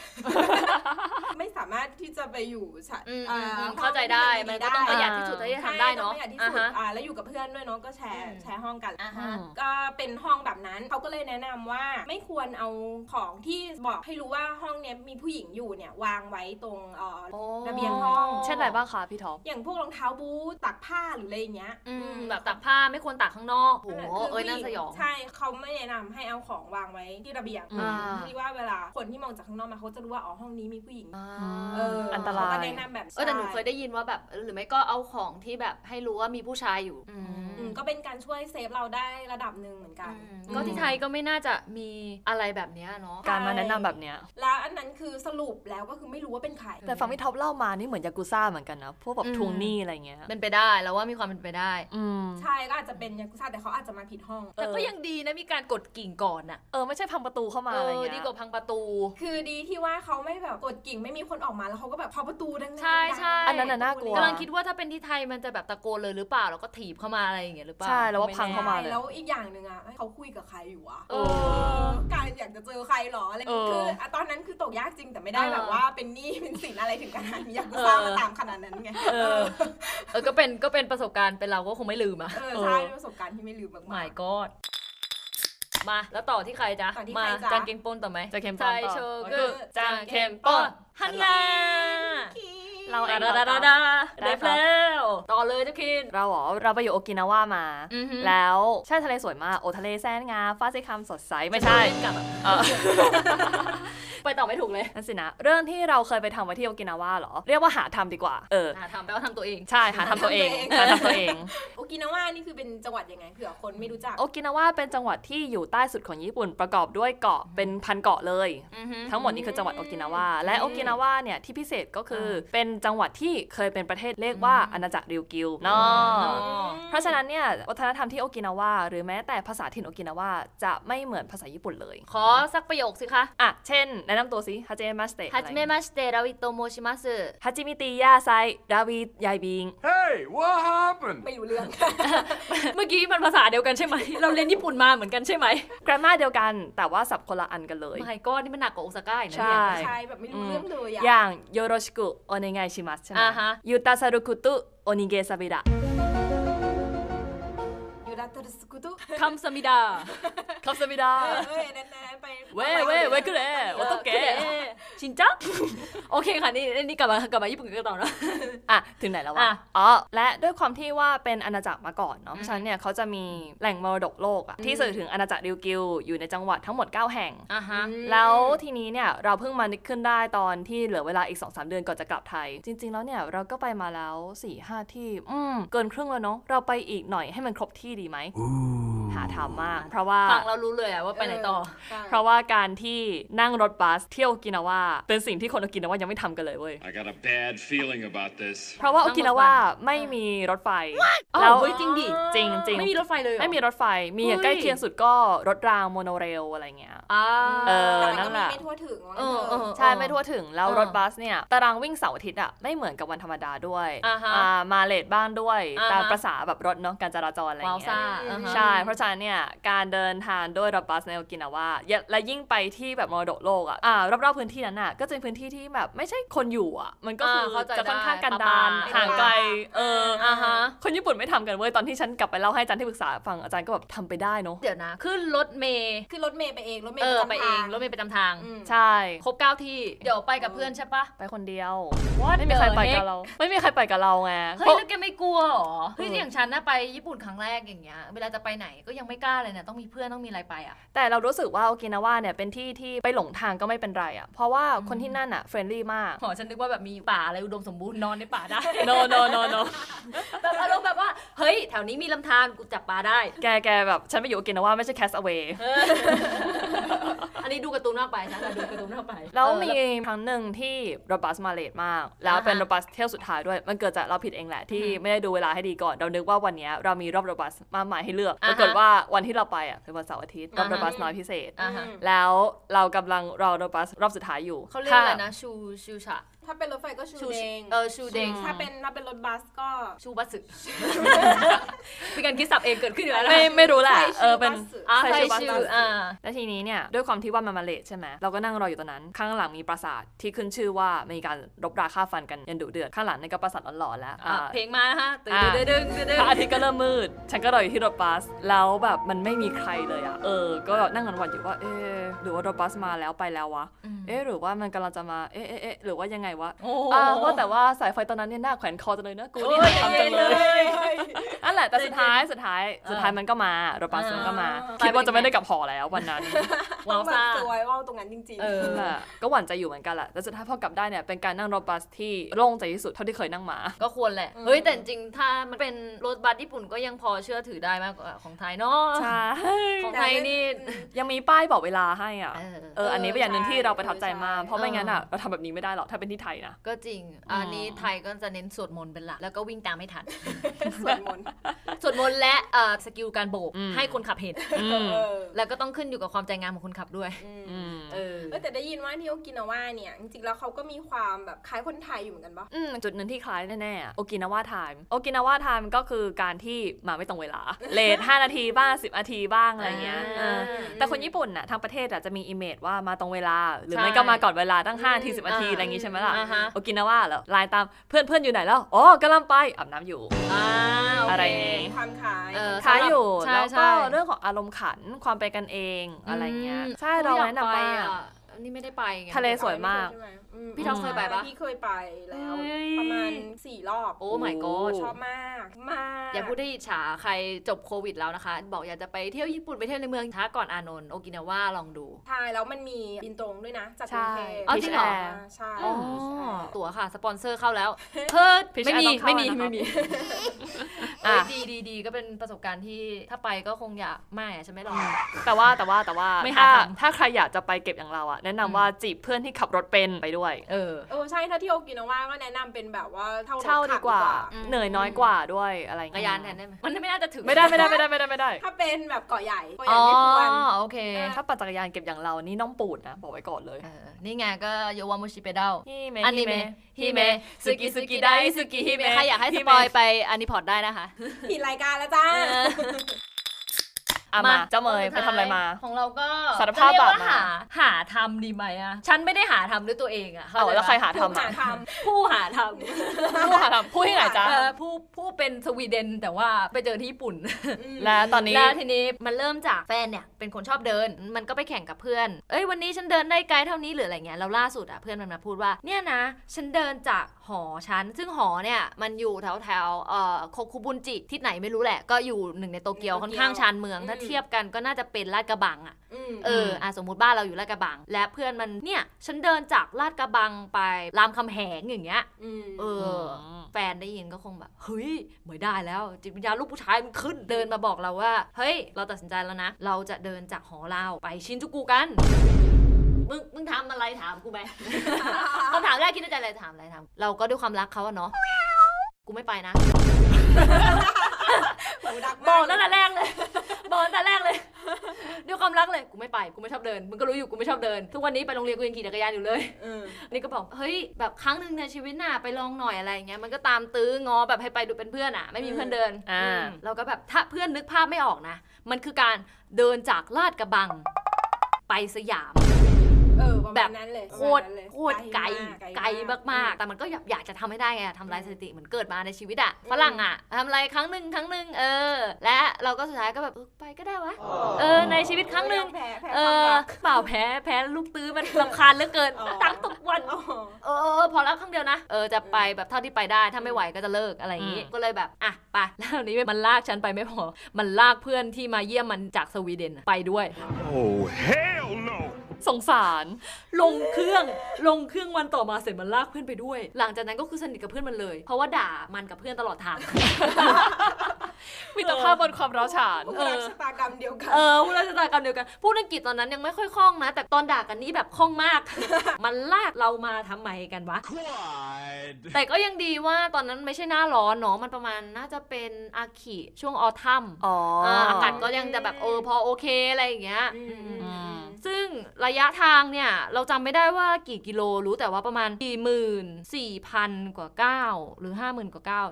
Speaker 1: (laughs) ไม่สามารถที่จะไปอยู่ชั้น
Speaker 2: อืม
Speaker 1: อ่
Speaker 2: อืม
Speaker 1: ห้
Speaker 2: อืม
Speaker 1: อง
Speaker 2: เข้าใจได้
Speaker 1: ที่
Speaker 2: มัน
Speaker 1: ดีๆ
Speaker 2: ก็ต้อง
Speaker 1: ได้
Speaker 2: ประหยัดที่สุดเท่าที่จะทำได้เนาะ
Speaker 1: ใช่ต้องปรหยัดที่
Speaker 2: อ่า
Speaker 1: สุด
Speaker 2: ฮะ
Speaker 1: อ่าแล้วอยู่กับเพื่อนด้วยเนาะก็แชร์
Speaker 2: อืม
Speaker 1: แชร์ห้องกัน
Speaker 2: อ่าฮะ
Speaker 1: ก็เป็นห้องแบบนั้นเขาก็เลยแนะนำว่าไม่ควรเอาของที่บอกให้รู้ว่าห้องเนี้ยมีผู้หญิงอยู่เนี่ยวางไว้ตรงเอ่อ
Speaker 2: โอ้
Speaker 1: ระเบียงห้อง
Speaker 4: เช่นอะไรบ้างคะพี่ท็อป
Speaker 1: อย่างพวกรองเท้าบูทตากผ้าหรืออะไรอย่างเงี้ย
Speaker 2: อืม
Speaker 1: อืม
Speaker 2: แบบตากผ้าไม่ควรตากข้างนอกโอ้
Speaker 1: นั่นแหละ
Speaker 2: โห
Speaker 1: คื
Speaker 2: เอ้ยน่าสยอง
Speaker 1: ใช่เขาไม่แนะนำให้เอาของวางไว้ที่ระเบียง
Speaker 4: อืม
Speaker 1: ที่ว่าเวลาคนที่มองจากข้างนอกมาเขาจะรู้ว่าอ๋อห้องนี้มีผู้หญิง
Speaker 4: ม
Speaker 1: เออ
Speaker 4: อั
Speaker 1: อั
Speaker 4: นตราย
Speaker 1: ก็แนะนำแบบ
Speaker 2: เออแต่หนูเคยได้ยินว่าแบบเออหรือไม่ก็เอาของที่แบบให้รู้ว่ามีผู้ชายอยู่
Speaker 1: อืมก็เป็นการช่วยเซฟเราได้ระดับหนึ่งเหมือนกัน
Speaker 2: อืมก็ที่ไทยก็ไม่น่าจะมีอะไรแบบเนี้ยเนาะ
Speaker 4: การมาแนะนำแบบเนี้ย
Speaker 1: แล้วอันนั้นคือสรุปแล้วก็คือไม่รู้ว่าเป็นใคร
Speaker 4: แต่ฟังพี่ท็อปเล่ามานี่เหมือนยากูซ่าเหมือนกันนะ พวกแบ
Speaker 2: อื
Speaker 4: บ
Speaker 2: ม
Speaker 4: ทวงหนี้อะไรเงี้ย
Speaker 2: เป็นไปได้แล้วว่ามีความเป็นไปได้
Speaker 4: อืม
Speaker 1: ใช่ ก็อาจจะเป็นยากุซ่าแต่เขาอาจจะมาผิดห้อง
Speaker 4: เออ
Speaker 2: แต่ก็ยังดีนะมีการกดกิ่งก่อนอะ
Speaker 4: เออ ไม่ใช่พังประตูเข้ามา
Speaker 2: เอ
Speaker 4: อะไร
Speaker 2: อ
Speaker 4: เงี้ย
Speaker 2: ดีกว่าพังประตู
Speaker 1: คือดีที่ว่าเขาไม่แบบกดกิ่งไม่มีคนออกมาแล้วเขาก็แบบเคาะประตูดังๆ
Speaker 2: ใช่ใช่
Speaker 1: ดังๆ
Speaker 4: อันนั้นน่ะน่ากลัว
Speaker 2: กำลังคิดว่าถ้าเป็นที่ไทยมันจะแบบตะโกนเลยหรือเปล่า แล้วก็ถีบเข้ามาอะไรอย่างเงี้ยหรือเปล่า
Speaker 4: ใช่แล้วว่าพังเข้ามา
Speaker 1: ใช่แล้วอีกอย่างหนึ่งอ่ะเขาคุยกับใครอยู่อะ
Speaker 2: เออ
Speaker 1: การอยากจะเจอใครหรออะไร
Speaker 4: เออ
Speaker 1: คืออ่ะตอนนั้นคือตกยากจริงแต่ไม่ได้
Speaker 2: เออ
Speaker 1: แบบว่าเป็นหนี้เป็นสินอะไรถึงขนาดนี้อยากสร้าง
Speaker 2: เอ
Speaker 1: มา
Speaker 2: อ
Speaker 1: ตามขนาดนั้นไง
Speaker 2: เออเออก็เป็นก็เป็นประสบการณ์เป็นเราก็คงไม่ลืมอะ
Speaker 1: เออใช่เป็นประสบการณ์ที่ไม่ลืม
Speaker 2: ห
Speaker 1: มาม
Speaker 2: าก ยกอดมาแล้วต่อที่ใครจ๊ะ
Speaker 1: ต่อที่
Speaker 2: มา
Speaker 1: ใครจ๊ะ
Speaker 2: จางเกงปนต่อไหม
Speaker 4: จะเค็มป
Speaker 2: ใช่
Speaker 4: อน
Speaker 2: โช
Speaker 4: ต่อ
Speaker 2: กุ
Speaker 4: จางเค็มปอน
Speaker 2: ฮันนา
Speaker 1: ๆคิด
Speaker 4: เรา
Speaker 2: ดาดาดาดาดาได้แล้วต่อเลยเจ้าคิน
Speaker 4: เราเหรอเราไปอยู่โอกินาว่ามา
Speaker 2: อือฮึ
Speaker 4: แล้วใช่ทะเลสวยมาก โอทะเลแสนงามฟ้าสีคำสดใส ไม่ใช่
Speaker 2: กลับอะ
Speaker 4: เออ
Speaker 2: ไปต่อไม่ถูกเลย
Speaker 4: นั่นสินะ เรื่องที่เราเคยไปทำไว้ที่โอกินาว่าเหรอ เรียกว่าหาทำดีกว่า เออ
Speaker 2: หาทำแปลว่าทำตัวเอง
Speaker 4: ใช่ หาทำตัวเองหาทำตัวเอง
Speaker 1: โอกินาว่านี่คือเป็นจังหวัดยังไงเผื่อคนไม่รู้จัก
Speaker 4: โอกินาว่าเป็นจังหวัดที่อยู่ใต้สุดของญี่ปุ่นประกอบด้วยเกาะเป็นพันเกาะเลย
Speaker 2: อือฮึ
Speaker 4: ทั้งหมดนี้คือจังหวัดโอกินาว่าและ
Speaker 2: อืม
Speaker 4: โอกินาว่าเนี่ยที่พิเศษก็คืออเป็นจังหวัดที่เคยเป็นประเทศเรียกว่า
Speaker 2: อืม
Speaker 4: อาณาจักรริวกิว
Speaker 2: อ๋
Speaker 4: เนาะ
Speaker 2: อ
Speaker 4: เพราะฉะนั้นเนี่ยวัฒนธรรมที่โอกินาวาหรือแม้แต่ภาษาถิ่นโอกินาวาจะไม่เหมือนภาษาญี่ปุ่นเลย
Speaker 2: ขอสักประโยคสิคะ
Speaker 4: อ่ะ เช่น แนะนำตัวสิฮาจิเมมาสเตะ
Speaker 2: ฮัจเมมาสเตราวิโตโมชิมัส
Speaker 4: ฮาจิมิติยาไซดาวียายบิง
Speaker 5: Hey, what happened?
Speaker 1: ไม่รู้เรื่อง
Speaker 2: เมื่อกี้มันภาษาเดียวกันใช่ไหม (laughs) เราเรียนญี่ปุ่นมาเหมือนกันใช่ไหม
Speaker 4: กรามาเดียวกันแต่ว่าสับคนละอันกันเลย
Speaker 2: ไม่ก็นี่มันหนักกว่าโอซาก้าอีกนะ
Speaker 4: ใช่
Speaker 2: เนี่ย
Speaker 1: ใช่แบบไม่รู้เรื่องเลย
Speaker 4: อ
Speaker 1: อะ
Speaker 4: ย่างโยโรชิกุโอเนไงชิมัสใช่ไหม
Speaker 2: อ่าฮะ
Speaker 4: ยูตาซารุคุตุโอนิเกซาบิดะ
Speaker 1: ยูดาตรสกุตุ
Speaker 2: คำสมิดา
Speaker 4: คับซาบิดะ
Speaker 1: เอ
Speaker 4: (laughs)
Speaker 1: อเออนั่นๆไป
Speaker 4: เว้ยเว้ยเว้ยกุเรโอโตเกะ
Speaker 2: ชินจัง (laughs) โอเคค่ะนี่นี่กลับมากลับมาญี่ปุ่นกันต่อเนอะ
Speaker 4: อ่ะ ถึงไหนแล้ววะ
Speaker 2: อ่ะ
Speaker 4: อ๋อและด้วยความที่ว่าเป็นอาณาจักรมาก่อนเนาะ
Speaker 2: อืม
Speaker 4: เพราะฉะนั้นเนี่ยเขาจะมีแหล่งมรดกโลกอะที่สื่อถึงอาณาจักรริวกิวอยู่ในจังหวัดทั้งหมดเก้าแห่ง
Speaker 2: อ่ะฮะ
Speaker 4: แล้วทีนี้เนี่ยเราเพิ่งมานึกขึ้นได้ตอนที่เหลือเวลาอีก2อสเดือนก่อนจะกลับไทย จริง ๆ แล้วเนี่ยเราก็ไปมาแล้ว4ี่ห้าที่ อืมเกินครึ่งแล้วเนาะเราไปอีกหน่อยให้มันครบที่ดีไหมหาทำมาก เพราะว่า
Speaker 2: ฟังเรารู้เลยอะว่าไปไหนต่อ
Speaker 4: เพราะว่าการที่นั่งรถบัสเที่ยวโอกินาว่าเป็นสิ่งที่คนโอกินาว่ายังไม่ทำกันเลยเว้ย
Speaker 5: I got a bad feeling about this.
Speaker 4: เพราะว่า
Speaker 2: นั่
Speaker 4: โอ
Speaker 2: ร
Speaker 4: ง
Speaker 2: ถบัส
Speaker 4: กินาว่าไม่มีรถไฟ
Speaker 2: อ้าว
Speaker 4: แล้ว
Speaker 2: เฮ้ยจริงดิ
Speaker 4: จริงจริง
Speaker 2: ไม่มีรถไฟเลยเหรอ
Speaker 4: ไม่มีรถไฟมีอย่าง
Speaker 2: เฮ้ย
Speaker 4: ใกล้เคียงสุดก็รถรางโมโนเรลอะไรเงี้ย
Speaker 2: อ่า
Speaker 4: เออ
Speaker 1: แต่มัน
Speaker 4: นั่
Speaker 1: ก็
Speaker 4: นแห
Speaker 1: มี
Speaker 4: ละ
Speaker 1: ไม่ทั่วถึงว่า
Speaker 2: เอ
Speaker 1: งั้
Speaker 2: อนเอ
Speaker 1: เถ
Speaker 2: อ
Speaker 1: อะ
Speaker 4: ใช่ ไม่ทั่วถึง แล้ว
Speaker 2: เออ
Speaker 4: รถบัสเนี่ย ตารางวิ่งเสาร์อาทิตย์อ่ะ ไม่เหมือนกับวันธรรมดาด้วย
Speaker 2: อ่าฮะ
Speaker 4: อ่ามาเลทบ้างด้วย
Speaker 2: อ่าฮะ
Speaker 4: ตามประษาแบบรถเนาะการจราจรอะไรอ
Speaker 2: วาว
Speaker 4: ย่า
Speaker 2: ซ่า
Speaker 4: งเงี้
Speaker 2: ย อ่าฮะ
Speaker 4: ใช่ เพราะฉะนั้นเนี่ย การเดินทางด้วยรถบัสในโอกินาวาและยิ่งไปที่แบบมรดกโลกอ่ะอ่ารอบๆพื้นที่นั้นอ่ะก็จะเป็นพื้นที่ที่แบบไม่ใช่คนอยู่อ่ะ มันก็คือ
Speaker 2: อ่าเข้าใจ
Speaker 4: จะค่อนข้างกันดาร
Speaker 2: ได้
Speaker 4: ห่างไกลเอออา
Speaker 2: ฮะ
Speaker 4: คนญี่ปุ่นไม่ทำกันเว้ยตอนที่ฉันกลับไปเล่าให้อาจารย์ที่ปรึกษาฟังอาจารย์ก็แบบทำไปได้เนาะ
Speaker 2: เดี๋ยวนะ ขึ้นรถเมย์
Speaker 1: คือรถเมย์ไปเองรถเมย์
Speaker 2: เออไป
Speaker 1: ระจำทาง
Speaker 2: เอรถเมย์ไปตามทาง
Speaker 1: อืม
Speaker 4: ใช่
Speaker 2: ครบเก้าที่ เดี๋ยวไปกับเพื่อนใช่ปะ
Speaker 4: ไปคนเดียว
Speaker 2: What
Speaker 4: ไม่มีใคร
Speaker 2: the
Speaker 4: ไปกับ
Speaker 2: heck?
Speaker 4: เรา ไม่มีใครไปกับเราไง
Speaker 2: เฮ้
Speaker 4: เพ
Speaker 2: ย
Speaker 4: ราะ
Speaker 2: แล้วแกไม่กลัวเหรอ เฮ้ย
Speaker 4: เอออ
Speaker 2: อย่างฉันนะไปญี่ปุ่นครั้งแรกอย่างเงี้ย เวลาจะไปไหนก็ยังไม่กล้าเลยเนี่ยต้องมีเพื่อนต้องมีอะไรไปอ่ะ
Speaker 4: แต่เรารู้สึกว่าโอกินาว่าเนี่ยเป็นที่ที่ไปหลงทางก็ไม่เป็นไรอ่ะ เพราะว่าคนที่นั่นอ่ะเฟรนลี่มาก
Speaker 2: หอฉันนึกว่าแบบมีป่าอะไรอุดมสมบูรณ์นอนในป่าได้ (laughs)
Speaker 4: no no no no
Speaker 2: แบบอารมณ์แบบว่า เฮ้ยแถวนี้มีลำธารกูจับปลาได้
Speaker 4: แกแกแบบ ฉันไปอยู่โอกินาว่าไม่ใช่ cast away
Speaker 2: อันนี้ดูการ์ตูนนอกไปฉันอะดูการ์ตูนนอกไป
Speaker 4: แล้วมี
Speaker 2: เออ
Speaker 4: ครั้งหนึ่งที่รถบัสมาเลทมาก แล้วเป็น
Speaker 2: อ่าฮะ
Speaker 4: รถบัสเที่ยวสุดท้ายด้วย มันเกิดจากเราผิดเองแหละที่ไม่ได้ดูเวลาให้ดีก่อน เรานึกว่าวันเนี้ยเรามีรอบรถบัสมากมายให้เลือก
Speaker 2: อ่า
Speaker 4: ป
Speaker 2: ฮะ
Speaker 4: รากฏว่าวันที่เราไปอ่ะเป็นวันเสาร์อาทิตย์รอบรถบัส
Speaker 2: อ่าฮะ
Speaker 4: น้อยพิเศษ
Speaker 2: อ่ะฮะ
Speaker 4: แล้วเรากำลังรอรถบัสรอบสุดท้ายอยู่
Speaker 2: เขาเรียกอะไร
Speaker 4: ถ้า
Speaker 2: นะ ชูชูชะ
Speaker 1: ถ้าเป็นรถไฟก็ชู
Speaker 2: ชู
Speaker 1: เดง
Speaker 2: เออชูเดง
Speaker 1: ถ้าเป็นถ้าเป็นรถบัสก็
Speaker 2: ชูบัสสึ (laughs) เป็นการคิดสับเองเกิดขึ้นอยู่แล้วนะ
Speaker 4: ไม่ไม่รู้แหละ
Speaker 1: ใส่ชื่อ
Speaker 4: เออ เป็น
Speaker 1: บัสสือ
Speaker 2: อ่ะใส่
Speaker 4: บัส
Speaker 2: ชื่
Speaker 4: สื
Speaker 2: ออ่า
Speaker 4: แล้วทีนี้เนี่ย ด้วยความที่ว่ามันมาเลทใช่ไหม เราก็นั่งรออยู่ตรงนั้น ข้างหลังมีปราสาทที่ขึ้นชื่อว่ามีการรบราฆ่าฟันกันยันดุเดือด ข้างหลังนี่ก็ปราสาทหลอนๆแล้ว
Speaker 2: อ่ะ
Speaker 4: อ่า
Speaker 2: เพลงมานะฮะตึง
Speaker 4: อ่ะ
Speaker 2: ดึงดึงดึงดึง
Speaker 4: พระอาทิตย์ก็เริ่มมืด ฉันก็รออยู่ที่รถบัส แล้วแบบมันไม่มีใครเลยอ่ะ เออ ก็นั่งหวั่นๆอยู่ว่า เอ๊ะหรือว่ารถบัสมาแล้วไปแล้ววะ เอ๊ะหรือว่ามันกำลังจะมา เอ๊ะเอ๊ะเอ๊ะหรือว่ายังไงวะ
Speaker 2: โอ้
Speaker 4: อ่าว่าแต่ว่าสายไฟตอนนั้นเนี่ยหน้าแขวนคอจังเลยนะ กูนี่
Speaker 2: โอ้ย
Speaker 4: ทำจังเลย
Speaker 2: ย
Speaker 4: นั่นแหละแต่สุดท้ายสุดท้ายสุดท้ายมันก็มารถบัสมันก็มา คิดว่าจะไม่ได้กลับหอแล้ววันนั้น
Speaker 1: ต้
Speaker 2: ว้า
Speaker 1: อง
Speaker 2: ว
Speaker 1: แบ
Speaker 2: ซ่า
Speaker 1: บสวยว่าวตรงนั้นจริง
Speaker 2: เออ
Speaker 1: ๆ
Speaker 4: นั่นแหละก็หวั่นใจอยู่เหมือนกันแหละแต่สุดท้ายพอกลับได้เนี่ยเป็นการนั่งรถบัสที่โล่งใจที่สุดเท่าที่เคยนั่งมา
Speaker 2: ก็ควรแหละ
Speaker 1: อืม
Speaker 2: เฮ้ย แต่จริงๆถ้ามันเป็นรถบัสญี่ปุ่นก็ยังพอเชื่อถือได้มากกว่าของไทยเนาะ
Speaker 4: ใช่
Speaker 2: ของไทยนี่
Speaker 4: ยังมีป้ายบอกเวลาให้อ่ะ
Speaker 2: เออ
Speaker 4: เอออันนี้เป็นอย่างหนึ่งที่เราประทับใจมากเพราะไม่งั้นอ่ะ
Speaker 2: เออ
Speaker 4: เราทำแบบนี้ไม่ได้หรอกถ้าเป็นที่ไทยนะ
Speaker 2: ก็จริง อันนี้ไทยก็จะเน้นสวดมนต์เป็นหลัก แล้วก็วิ่งตามให้ทัน
Speaker 1: สวดมนต์
Speaker 2: สวดมนต์และเอ่อสกิลการโบก
Speaker 4: อืม
Speaker 2: ให้คนขับเห็น
Speaker 4: อืม
Speaker 1: เออ
Speaker 2: แล้วก็ต้องขึ้นอยู่กับความใจงามของคนขับด้วย
Speaker 1: อืม
Speaker 4: อืม
Speaker 2: เออ
Speaker 1: เออแต่ แต่ได้ยินว่าที่โอกินาว่าเนี่ย จริงๆแล้วเขาก็มีความแบบคล้ายคนไทยอยู่เหมือนกันปะ
Speaker 4: อืมจุดหนึ่งที่คล้ายแน่ๆอะโอกินาวาไทม์โอกินาวาไทม์ก็คือการที่มาไม่ตรงเวลา เลท5นาที (laughs) บ้าง 10นาทีบ้างอะไรเงี้ยเออแต่คนญี่ปุ่นน่ะทางประเทศอะจะมีอิมเมจว่ามาตรงเวลา หรือ
Speaker 2: ใช่
Speaker 4: ไม่ก็มาก่อนเวลาตั้ง5นาที10นาที
Speaker 2: อ่า
Speaker 4: อะไรอย่างงี้ใช่ไหมล่ะ
Speaker 2: อ่าฮะ
Speaker 4: โอกินาวาแล้วไลน์ตามเพื่อนเพื่อนอยู่ไหนแล้วอ๋อกำลังไปอาบน้ำอยู่
Speaker 2: อ่าโเค
Speaker 4: อะไรอย่างงี้
Speaker 1: ความคล้าย
Speaker 2: เออ
Speaker 4: คล้ายอยู่
Speaker 2: ใช่
Speaker 4: แล้ว
Speaker 2: ใช่
Speaker 4: ก็เรื่องของอารมณ์ขันความเป็นกันเองอะไรเงี้ย
Speaker 2: ม
Speaker 4: ใช่เราแนะนำไป
Speaker 2: ม่
Speaker 4: อะ
Speaker 2: ยากอะนี่ไม่ได้ไปไง
Speaker 4: ทะเล สวยมาก
Speaker 1: ใช่ไหอืม
Speaker 2: พี่ท็อปเคยไปปะ
Speaker 1: พี่เคยไปแล้ว
Speaker 2: เฮ้ย
Speaker 1: ประมาณสี่รอบ
Speaker 2: โอ้ my god
Speaker 1: ชอบมากมาก
Speaker 2: อย่าพูดได้อิจฉาใครจบโควิดแล้วนะคะ บอกอยากจะไปเที่ยวญี่ปุ่นไปเที่ยวในเมืองท้าก่อนอานนท์โอกินาว่าลองดู
Speaker 1: ใช่แล้วมันมีบินตรงด้วยนะ จากกรุงเทพ
Speaker 4: ใช่
Speaker 2: เอาจริงเหรอ
Speaker 1: ใช่ใช่
Speaker 4: อ๋อ
Speaker 2: ตั๋วค่ะ สปอนเซอร์เข้า (laughs) แล้ว เพิร์ด
Speaker 4: Pitch
Speaker 2: ไม่มี
Speaker 4: Air ต้องเข้า
Speaker 2: ไม่มี
Speaker 4: แล้วนะ
Speaker 2: ไม่มี (laughs) เอ้
Speaker 4: อ่ะ
Speaker 2: ยดีดีดีก็เป็นประสบการณ์ที่ถ้าไปก็คงอยากไม่อะฉันไม่ลอง
Speaker 4: แต่ว่าแต่ว่าแต่ว่า
Speaker 2: ไม่หา
Speaker 4: ถ้า
Speaker 2: ทำ
Speaker 4: ถ้าใครอยากจะไปเก็บอย่างเราอะแนะนำ
Speaker 2: อืม
Speaker 4: ว่าจีบเพื่อนที่ขับรถเป็นไปด้วย
Speaker 2: เออ
Speaker 1: เออใช่ถ้าที่โอกินาว่าก็แนะนำเป็นแบบว่าเท่า
Speaker 4: เช่าดีกว่า
Speaker 2: อืม
Speaker 4: เหนื่อยน้อยกว่าด้วยอะไร
Speaker 2: กระ
Speaker 4: เงี้
Speaker 2: ยานแทนได้ไหมมันไม่น่าจะถึง
Speaker 4: ไม่ได้ไม่ได้ไม่ได้ไม่ได้ไม่ได้
Speaker 1: ถ้าเป็นแบบเกาะใหญ่เกาะให
Speaker 2: อ๋
Speaker 1: ญ่
Speaker 2: อ
Speaker 1: ไม่ควร
Speaker 2: โอเค
Speaker 1: เออ
Speaker 4: ถ้าปั่นจักรยานเก็บอย่างเรานี่น้องปูดนะบอกไว้ก่อนเลย
Speaker 2: เออนี่ไงก็โยวามุชิเปดา
Speaker 4: ฮิ
Speaker 2: อนิเมะฮิเมะสุกิสุกิได้สุกิฮิเมะใครอยากให้สปอยไปอนิพอร์ตได้นะคะ
Speaker 1: ผิดรายการแล้วจ้า
Speaker 4: อ่ะมาเจ้าเมยไปทำอะไรมา
Speaker 2: ของเราก็
Speaker 4: สารภาพ
Speaker 2: จะเรียกว่
Speaker 4: บาปมา
Speaker 2: หาหาทำดีไหมอะฉันไม่ได้หาทำด้วยตัวเองอะ
Speaker 4: เอาแล้วใครหา
Speaker 1: ผู้
Speaker 4: ทำอ่ะ
Speaker 1: หาท
Speaker 2: ผู้หาท
Speaker 4: ผู้หาทำผู้ที่ไหน
Speaker 2: ำ
Speaker 4: จ๊ะ
Speaker 2: เออผู้ผู้เป็นสวีเดนแต่ว่าไปเจอที่ญี่ปุ่น
Speaker 1: ำอืม
Speaker 4: และตอนนี้
Speaker 2: แล้วทีนี้มันเริ่มจากแฟนเนี่ยเป็นคนชอบเดิน มันก็ไปแข่งกับเพื่อน เอ้ยวันนี้ฉันเดินได้ไกลเท่านี้หรืออะไรเงี้ยแล้วล่าสุดอ่ะเพื่อนมันมาพูดว่าเนี่ยนะ ฉันเดินจากหอฉัน ซึ่งหอเนี่ยมันอยู่แถวแถวๆเอ่อโคคุบุนจิที่ไหนไม่รู้แหละ ก็อยู่หนึ่งในโตเกียว
Speaker 1: ในโตเกียว
Speaker 2: ค่อนข้างชานเมือง ถ้า
Speaker 1: อืม
Speaker 2: เทียบกันก็น่าจะเป็นลาดกระบังอ่ะ
Speaker 1: ม
Speaker 2: เอออ่ะสมมติบ้านเราอยู่ลาดกระบัง และเพื่อนมันเนี่ยฉันเดินจากลาดกระบังไปรามคำแหงอย่างเงี้ย เอออ
Speaker 4: ม
Speaker 2: แฟนได้ยินก็คงแบบ เฮ้ยไม่ได้แล้ว จิตวิญญาณลูกผู้ชายมันขึ้นเดินมาบอกเราว่า เฮ้ย เราตัดสินใจแล้วนะ เราจะเดินจากหอเราไปชินจูกุกัน มึงมึงทำอะไรถามกูไหม (laughs) คำถามแรกคิดในใจอะไรถามอะไรถามเราก็ด้วยความรักเขาอะเนาะกูไม่ไปนะ
Speaker 1: หูดัก
Speaker 2: บ
Speaker 1: มา
Speaker 2: อกตั้งแต่แรกเลย บอกตั้งแต่แรกเลยด้วยความรักเลยกูไม่ไปกูไม่ชอบเดินมึงก็รู้อยู่กูไม่ชอบเดิน ทุกวันนี้ไปโรงเรียนกูยังขี่จักรยานอยู่เลย
Speaker 1: เออ
Speaker 2: นี่ก็บอกเฮ้ยแบบครั้งหนึ่งในชีวิตน่ะไปลองหน่อยอะไรอย่างเงี้ยมันก็ตามตื้องอแบบให้ไปดูเป็นเพื่อนอ่ะ ไม่มีเพื่อนเดิน
Speaker 4: อ่า
Speaker 2: มเราก็แบบถ้าเพื่อนนึกภาพไม่ออกนะ มันคือการเดินจากลาดกระบัง ไปสยาม
Speaker 1: เออประ
Speaker 2: แบ
Speaker 1: มา
Speaker 2: บ
Speaker 1: ณนั้นเลยป
Speaker 2: โค
Speaker 1: ระมา
Speaker 2: ต
Speaker 1: ณ
Speaker 2: ร
Speaker 1: นั้นเลย
Speaker 2: โคตรไกลไกลมากๆ แต่มันก็อยากอยากจะทำให้ได้ไงทำลายสถิติเหมือนเกิดมาในชีวิตอ่ะฝรั่งอ่ะทำอะไรครั้งหนึ่งครั้งหนึ่งเออ และเราก็สุดท้ายก็แบบเออไปก็ได้วะเออในชีวิตครั้งหนึ่ง
Speaker 1: แพ้แพ้
Speaker 2: เอ
Speaker 1: ความ
Speaker 2: อ
Speaker 1: รัก
Speaker 2: เปล่าแพ้แพ้ลูกตื้อมันลำคาญเหลือเกิน
Speaker 1: อ๋อ
Speaker 2: ตั้งตกวัน
Speaker 1: อ๋อ
Speaker 2: เออเออเออพอแล้วครั้งเดียวนะ เออจะไปแบบเท่าที่ไปได้ ถ้าไม่ไหวก็จะเลิกอะไรอย่างงี้
Speaker 4: อืม
Speaker 2: ก็เลยแบบ อ่ะ ไป (laughs) แล้วทีนี้มันลากฉันไปไม่พอ มันลากเพื่อนที่มาเยี่ยมมันจากสวีเดนน่ะไปด้วย
Speaker 5: Oh, hell no!
Speaker 4: สงสาร
Speaker 2: ลงเครื่อง ลงเครื่องวันต่อมาเสร็จมันลากเพื่อนไปด้วย หลังจากนั้นก็คือสนิทกับเพื่อนมันเลย เพราะว่าด่ามันกับเพื่อนตลอดทาง
Speaker 4: มิตรภาพบนความร้าวฉาน
Speaker 1: พวกเราชะตากรรมเดียวกัน
Speaker 2: เออพวกเราจะตากรรมเดียวกัน พูดอังกฤษตอนนั้นยังไม่ค่อยคล่องนะ แต่ตอนด่ากันนี่แบบคล่องมาก (laughs) มันลากเรามาทำไมกันวะ
Speaker 5: Quad!
Speaker 2: แต่ก็ยังดีว่าตอนนั้นไม่ใช่หน้าร้อนเนาะ มันประมาณน่าจะเป็นอาคิช่วงออทัม
Speaker 4: อ๋อ
Speaker 2: เอออา
Speaker 4: อาก
Speaker 2: าศก็ยังจะแบบเออพอโอเคอะไรอย่างเงี้ย
Speaker 1: อืม
Speaker 2: อืม
Speaker 1: อืม
Speaker 2: ซึ่งระยะทางเนี่ย เราจำไม่ได้ว่ากี่กิโลรู้แต่ว่าประมาณ 44,000 กว่าเก้าหรือ 50,000 กว่าเก้า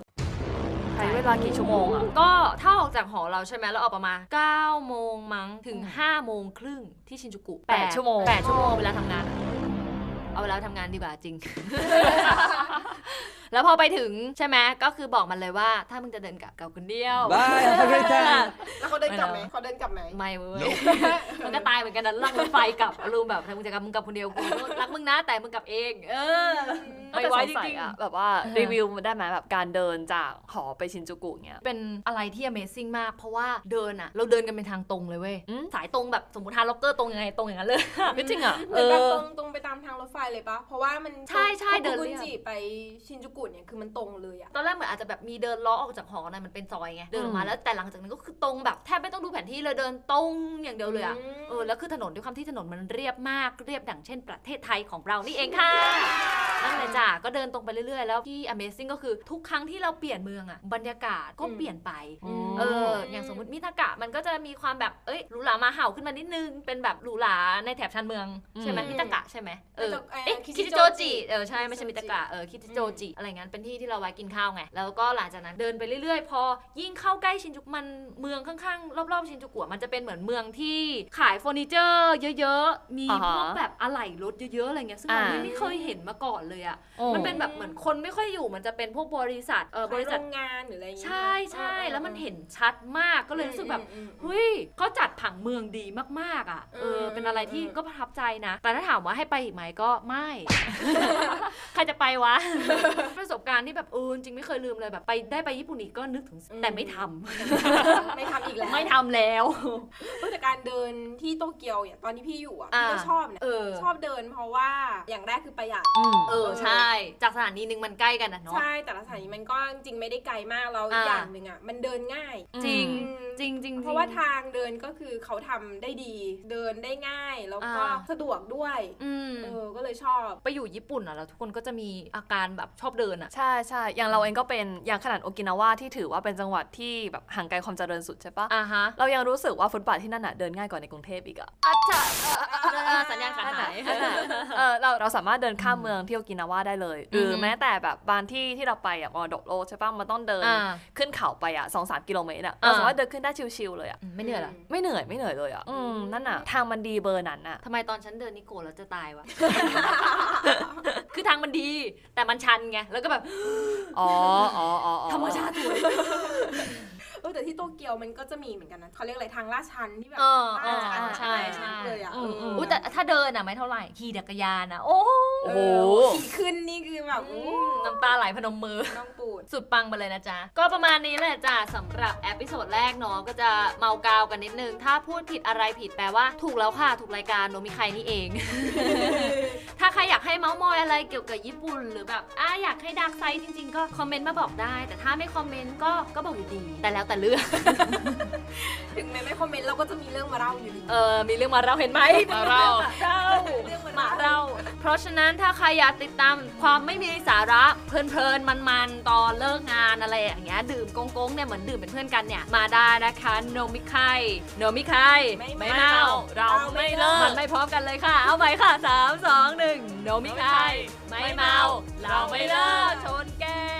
Speaker 4: ใช้เวลากี่ชั่วโมงอะ
Speaker 2: ก็ถ้าออกจากหอเราใช่ไหมเราออกประมาณ9โมงมั้งถึง 5 โมงครึ่งที่ชินจูกุ
Speaker 4: แปดชั่วโมง
Speaker 2: แปดชั่วโมงเวลาทำงานอะเอาเวลาทำงานดีกว่าจริง (laughs) แล้วพอไปถึงใช่ไหมก็คือบอกมันเลยว่า ถ้ามึงจะเดินกลับเก่าคนเดียว
Speaker 6: Bye, have a great time.
Speaker 1: แล้วเขาเดินกลับไหมเขาเดินกลับไหม
Speaker 2: ไม่เว้ย (laughs) มันก็ตายเหมือนกันนะล่างรถไฟกลับอารมณ์แบบถ้ามึงจะกลับมึงกลับคนเดียวกูรักมึงนะแต่มึงกลับเอง เออ ไป
Speaker 4: แต่
Speaker 2: ไว้
Speaker 4: สง
Speaker 2: จ
Speaker 4: สัย
Speaker 2: ริงๆ
Speaker 4: อะ
Speaker 2: อะ
Speaker 4: แบบว่ารีวิวได้ไหมแบบการเดินจากหอไปชินจูกุเงี้ย
Speaker 2: เป็นอะไรที่ Amazing มาก เพราะว่าเดินอะเราเดินกันเป็นทางตรงเลยเว้ย
Speaker 4: อืม
Speaker 2: สายตรงแบบสมมติฮาร์ล็อกเกอร์ตรงยังไงตรงอย่างนั้นเลย
Speaker 4: ไม่จริงอ่ะ
Speaker 1: เหมือนแบบตรงตรงไปตามทางรถไฟเลยปะ เพราะว่ามัน
Speaker 2: ใช่ใช่
Speaker 1: พราะ
Speaker 2: เดิน
Speaker 1: คุ
Speaker 2: เรี
Speaker 1: ณ
Speaker 2: ยบ
Speaker 1: จิไปชินจูกุเนี่ยคือมันตรงเลยอะ
Speaker 2: ตอนแรกเหมือนอาจจะแบบมีเดินล้อออกจากหอนะมันเป็นซอยไง เดินออกมา
Speaker 4: อืม
Speaker 2: แล้วแต่หลังจากนั้นก็คือตรงแบบแทบไม่ต้องดูแผนที่เลยเดินตรงอย่างเดียวเลยอะ
Speaker 1: ม
Speaker 2: เออแล้วคือถนนด้วยความที่ถนนมันเรียบมากเรียบดังเช่น ประเทศไทยของเรานี่เองค่ะ
Speaker 1: เ
Speaker 2: นั่นแหละจ้ะก็เดินตรงไปเรื่อยๆ แล้วที่ Amazing ก็คือทุกครั้งที่เราเปลี่ยนเมืองอะบรรยากาศก็เปลี่ยนไป
Speaker 1: ม
Speaker 2: เออ อย่างสมมติมิทากะมันก็จะมีความแบบ เอ้ยหรูหรามาเห่าขึ้นมานิดนึง เป็นแบบหรูหราในแถบชานเมือง ใช่ไหม
Speaker 4: อืม
Speaker 2: มิทากะใช่ไหมเอ
Speaker 1: มิ
Speaker 2: อ
Speaker 1: ทากะเอ่อ
Speaker 2: เอ๊ะ
Speaker 1: คิ
Speaker 2: คิ
Speaker 1: จิ
Speaker 2: จิ
Speaker 1: โจ
Speaker 2: โจ
Speaker 1: จิ
Speaker 2: จิเออใช่ไม่ใช่มิทากะเออคิจิโจจิอะไรงั้นเป็นที่ที่เราไว้กินข้าวไง แล้วก็หลังจากนั้นเดินไปเรื่อยๆ พอยิ่งเข้าใกล้ชินจูมันเมืองข้างๆ รอบๆชินจูกุอะมันจะเป็นเหมือนเมืองที่ขายเฟอร์นิเจอร์เยอะๆ มี
Speaker 4: อ่า
Speaker 2: พ
Speaker 4: ฮะ
Speaker 2: วกแบบอะไหล่รถเยอะๆอะไรเงี้ยซึ่งเรา
Speaker 4: อ่า
Speaker 2: ไม่เคยเห็นมาก่อนเลยอะ
Speaker 4: โอ้
Speaker 2: มันเป็นแบบเหมือนคนไม่ค่อยอยู่มันจะเป็นพวกบริษัทเออบริษั
Speaker 1: โร
Speaker 2: ท
Speaker 1: งงานหรืออะไรอย่างเงี้ย
Speaker 2: ใช่ใช่แล้วมันเห็นชัดมากก็เลยรู้สึกแบบ
Speaker 1: อืมอืมอืม
Speaker 2: เฮ้ยเขาจัดผังเมืองดีมากๆอ่ะเออ
Speaker 1: อืม
Speaker 2: เป็นอะไรที่
Speaker 1: อืม
Speaker 2: ก็ประทับใจนะ แต่ถ้าถามว่าให้ไปอีกไหมก็ไม่ ใครจะไปวะ (laughs) ประสบการณ์ที่แบบเออจริงไม่เคยลืมเลยแบบไปได้ไปญี่ปุ่นอีกก็นึกถึงแต่ไม่ทำ
Speaker 1: ไม่ทำอีกแล้ว
Speaker 2: ไม่ทำแล้ว
Speaker 1: เออแต่การเดินที่โตเกียวเนี่ยตอนที่พี่อยู่อ่ะพี่ก็
Speaker 2: อ่า
Speaker 1: ชอบนะ
Speaker 2: เออ
Speaker 1: ชอบเดินเพราะว่าอย่างแรกคือประหยัด
Speaker 2: เออใช่ จากสถานีหนึงมันใกล้กันนะเนาะ
Speaker 1: ใช่แต่ละสถานีมันก็จริงๆไม่ได้ไกลมากแล้ว
Speaker 2: อ่า
Speaker 1: อย่างหนึ่งอ่ะมันเดินง่าย
Speaker 2: จริง
Speaker 1: อืม
Speaker 2: จริงจริง
Speaker 1: เพราะว่าทางเดินก็คือเขาทำได้ดี เดินได้ง่ายแล้วก็
Speaker 2: อ่า
Speaker 1: สะดวกด้วย
Speaker 2: อืม
Speaker 1: เออก็เลยชอบ
Speaker 2: ไปอยู่ญี่ปุ่นอ่ะเราทุกคนก็จะมีอาการแบบชอบเดินอ่ะ
Speaker 4: ใช่ใช่อย่างเราเองก็เป็นอย่างขนาดโอกินาวาที่ถือว่าเป็นจังหวัดที่แบบห่างไกลความเจริญสุดใช่ปะ
Speaker 2: อ่าฮะ
Speaker 4: เรายังรู้สึกว่าฟุตบาทที่นั่นน่ะเดินง่ายกว่าในกรุงเทพอีกอะ
Speaker 2: อาจจะสัญญาณขาดหาย
Speaker 4: เออเราเราสามารถเดินข้ามเมืองที่โอกินาวาได้เลยหรืออ
Speaker 2: ม
Speaker 4: แม้แต่แบบบางที่ที่เราไปอะมอดกโลกใช่ปะมันต้องเดิน
Speaker 2: อ่า
Speaker 4: ขึ้นเขาไปอ่ะสองสามกิโลเมตรอ่ะ
Speaker 2: อ่า
Speaker 4: เราสามารถเดินขึ้นได้ชิวๆเลยอ่ะ
Speaker 2: ไม่เหนื่อยเหรอ
Speaker 4: ไม่เหนื่อยไม่เหนื่อยเลยอ่ะอืมนั่นอ่ะ ทางมันดีเบอร์นั้นอ่ะ
Speaker 2: ทำไมตอนฉันเดินนี่โกรธแล้วจะตายวะ (laughs) คือทางมันดี แต่มันชันไง แล้วก็แบบ
Speaker 4: อ๋ออ๋ออ๋อ
Speaker 2: ธรรมชาติสวย
Speaker 1: เออแต่ที่โตเกียวมันก็จะมีเหมือนกันนะเขาเรียกอะไรทางลาดชันที่แบบ
Speaker 2: เออเอ
Speaker 1: ลาด
Speaker 2: อ
Speaker 1: ชัน
Speaker 2: เออใช่ใช่
Speaker 1: มากเลยอ่ะ
Speaker 2: อืม
Speaker 1: เ
Speaker 2: อืมอุ้ยแต่ถ้าเดินอ่ะไม่เท่าไหร่ ขี่จักรยานอ่ะ โอ้
Speaker 4: โอ้โห
Speaker 1: ขี่ขึ้นนี่คือแบบ
Speaker 2: อื
Speaker 1: อู้
Speaker 2: มน้ำตาไหลพนมมือ
Speaker 1: น้องปูด (laughs)
Speaker 2: สุดปังไปเลยนะจ๊ะ ก็ประมาณนี้แหละจ้ะสำหรับเอพิโซดแรกเนาะก็จะเมากาวกันนิดนึง ถ้าพูดผิดอะไรผิดแปลว่าถูกแล้วค่ะ ถูกรายการโนมิใครนี่เอง (laughs) ถ้าใครอยากให้เมาส์มอยอะไรเกี่ยวกับญี่ปุ่น หรือแบบอ่ะอยากให้ดักไซส์จริงๆ ก็คอมเมนต์มาบอกได้ แต่ถ้าไม่คอมเมนต์ก็ก็บอกอยู่ดี แต่แล้วแต่เลือก
Speaker 1: ถึงแม้ไม่คอมเมนต์เราก็จะมีเรื่องมาเล่าอยู่ดี
Speaker 2: เออมีเรื่องมาเราเห็นไหมมาเรา
Speaker 1: เรื่องมา
Speaker 2: มา
Speaker 1: เล่า
Speaker 2: เรา เพราะฉะนั้นถ้าใครอยากติดตามความไม่มีสาระเพลินๆ มันๆ ตอนเลิกงานอะไรอย่างเงี้ยดื่มกงกงๆเนี่ยเหมือนดื่มเป็นเพื่อนกันเนี่ย มาได้นะคะโนมิไคโนมิไค
Speaker 1: ไม่
Speaker 2: ไม่
Speaker 1: เมา
Speaker 2: เมา
Speaker 4: เราไม่เลิ
Speaker 2: มัน
Speaker 4: ก
Speaker 2: ไม่พร้อมกันเลยค่ะ เอาใหม่ค่ะ 3 2 1โนมิไคไม่เมา เราไม่เลิกชนแก้ว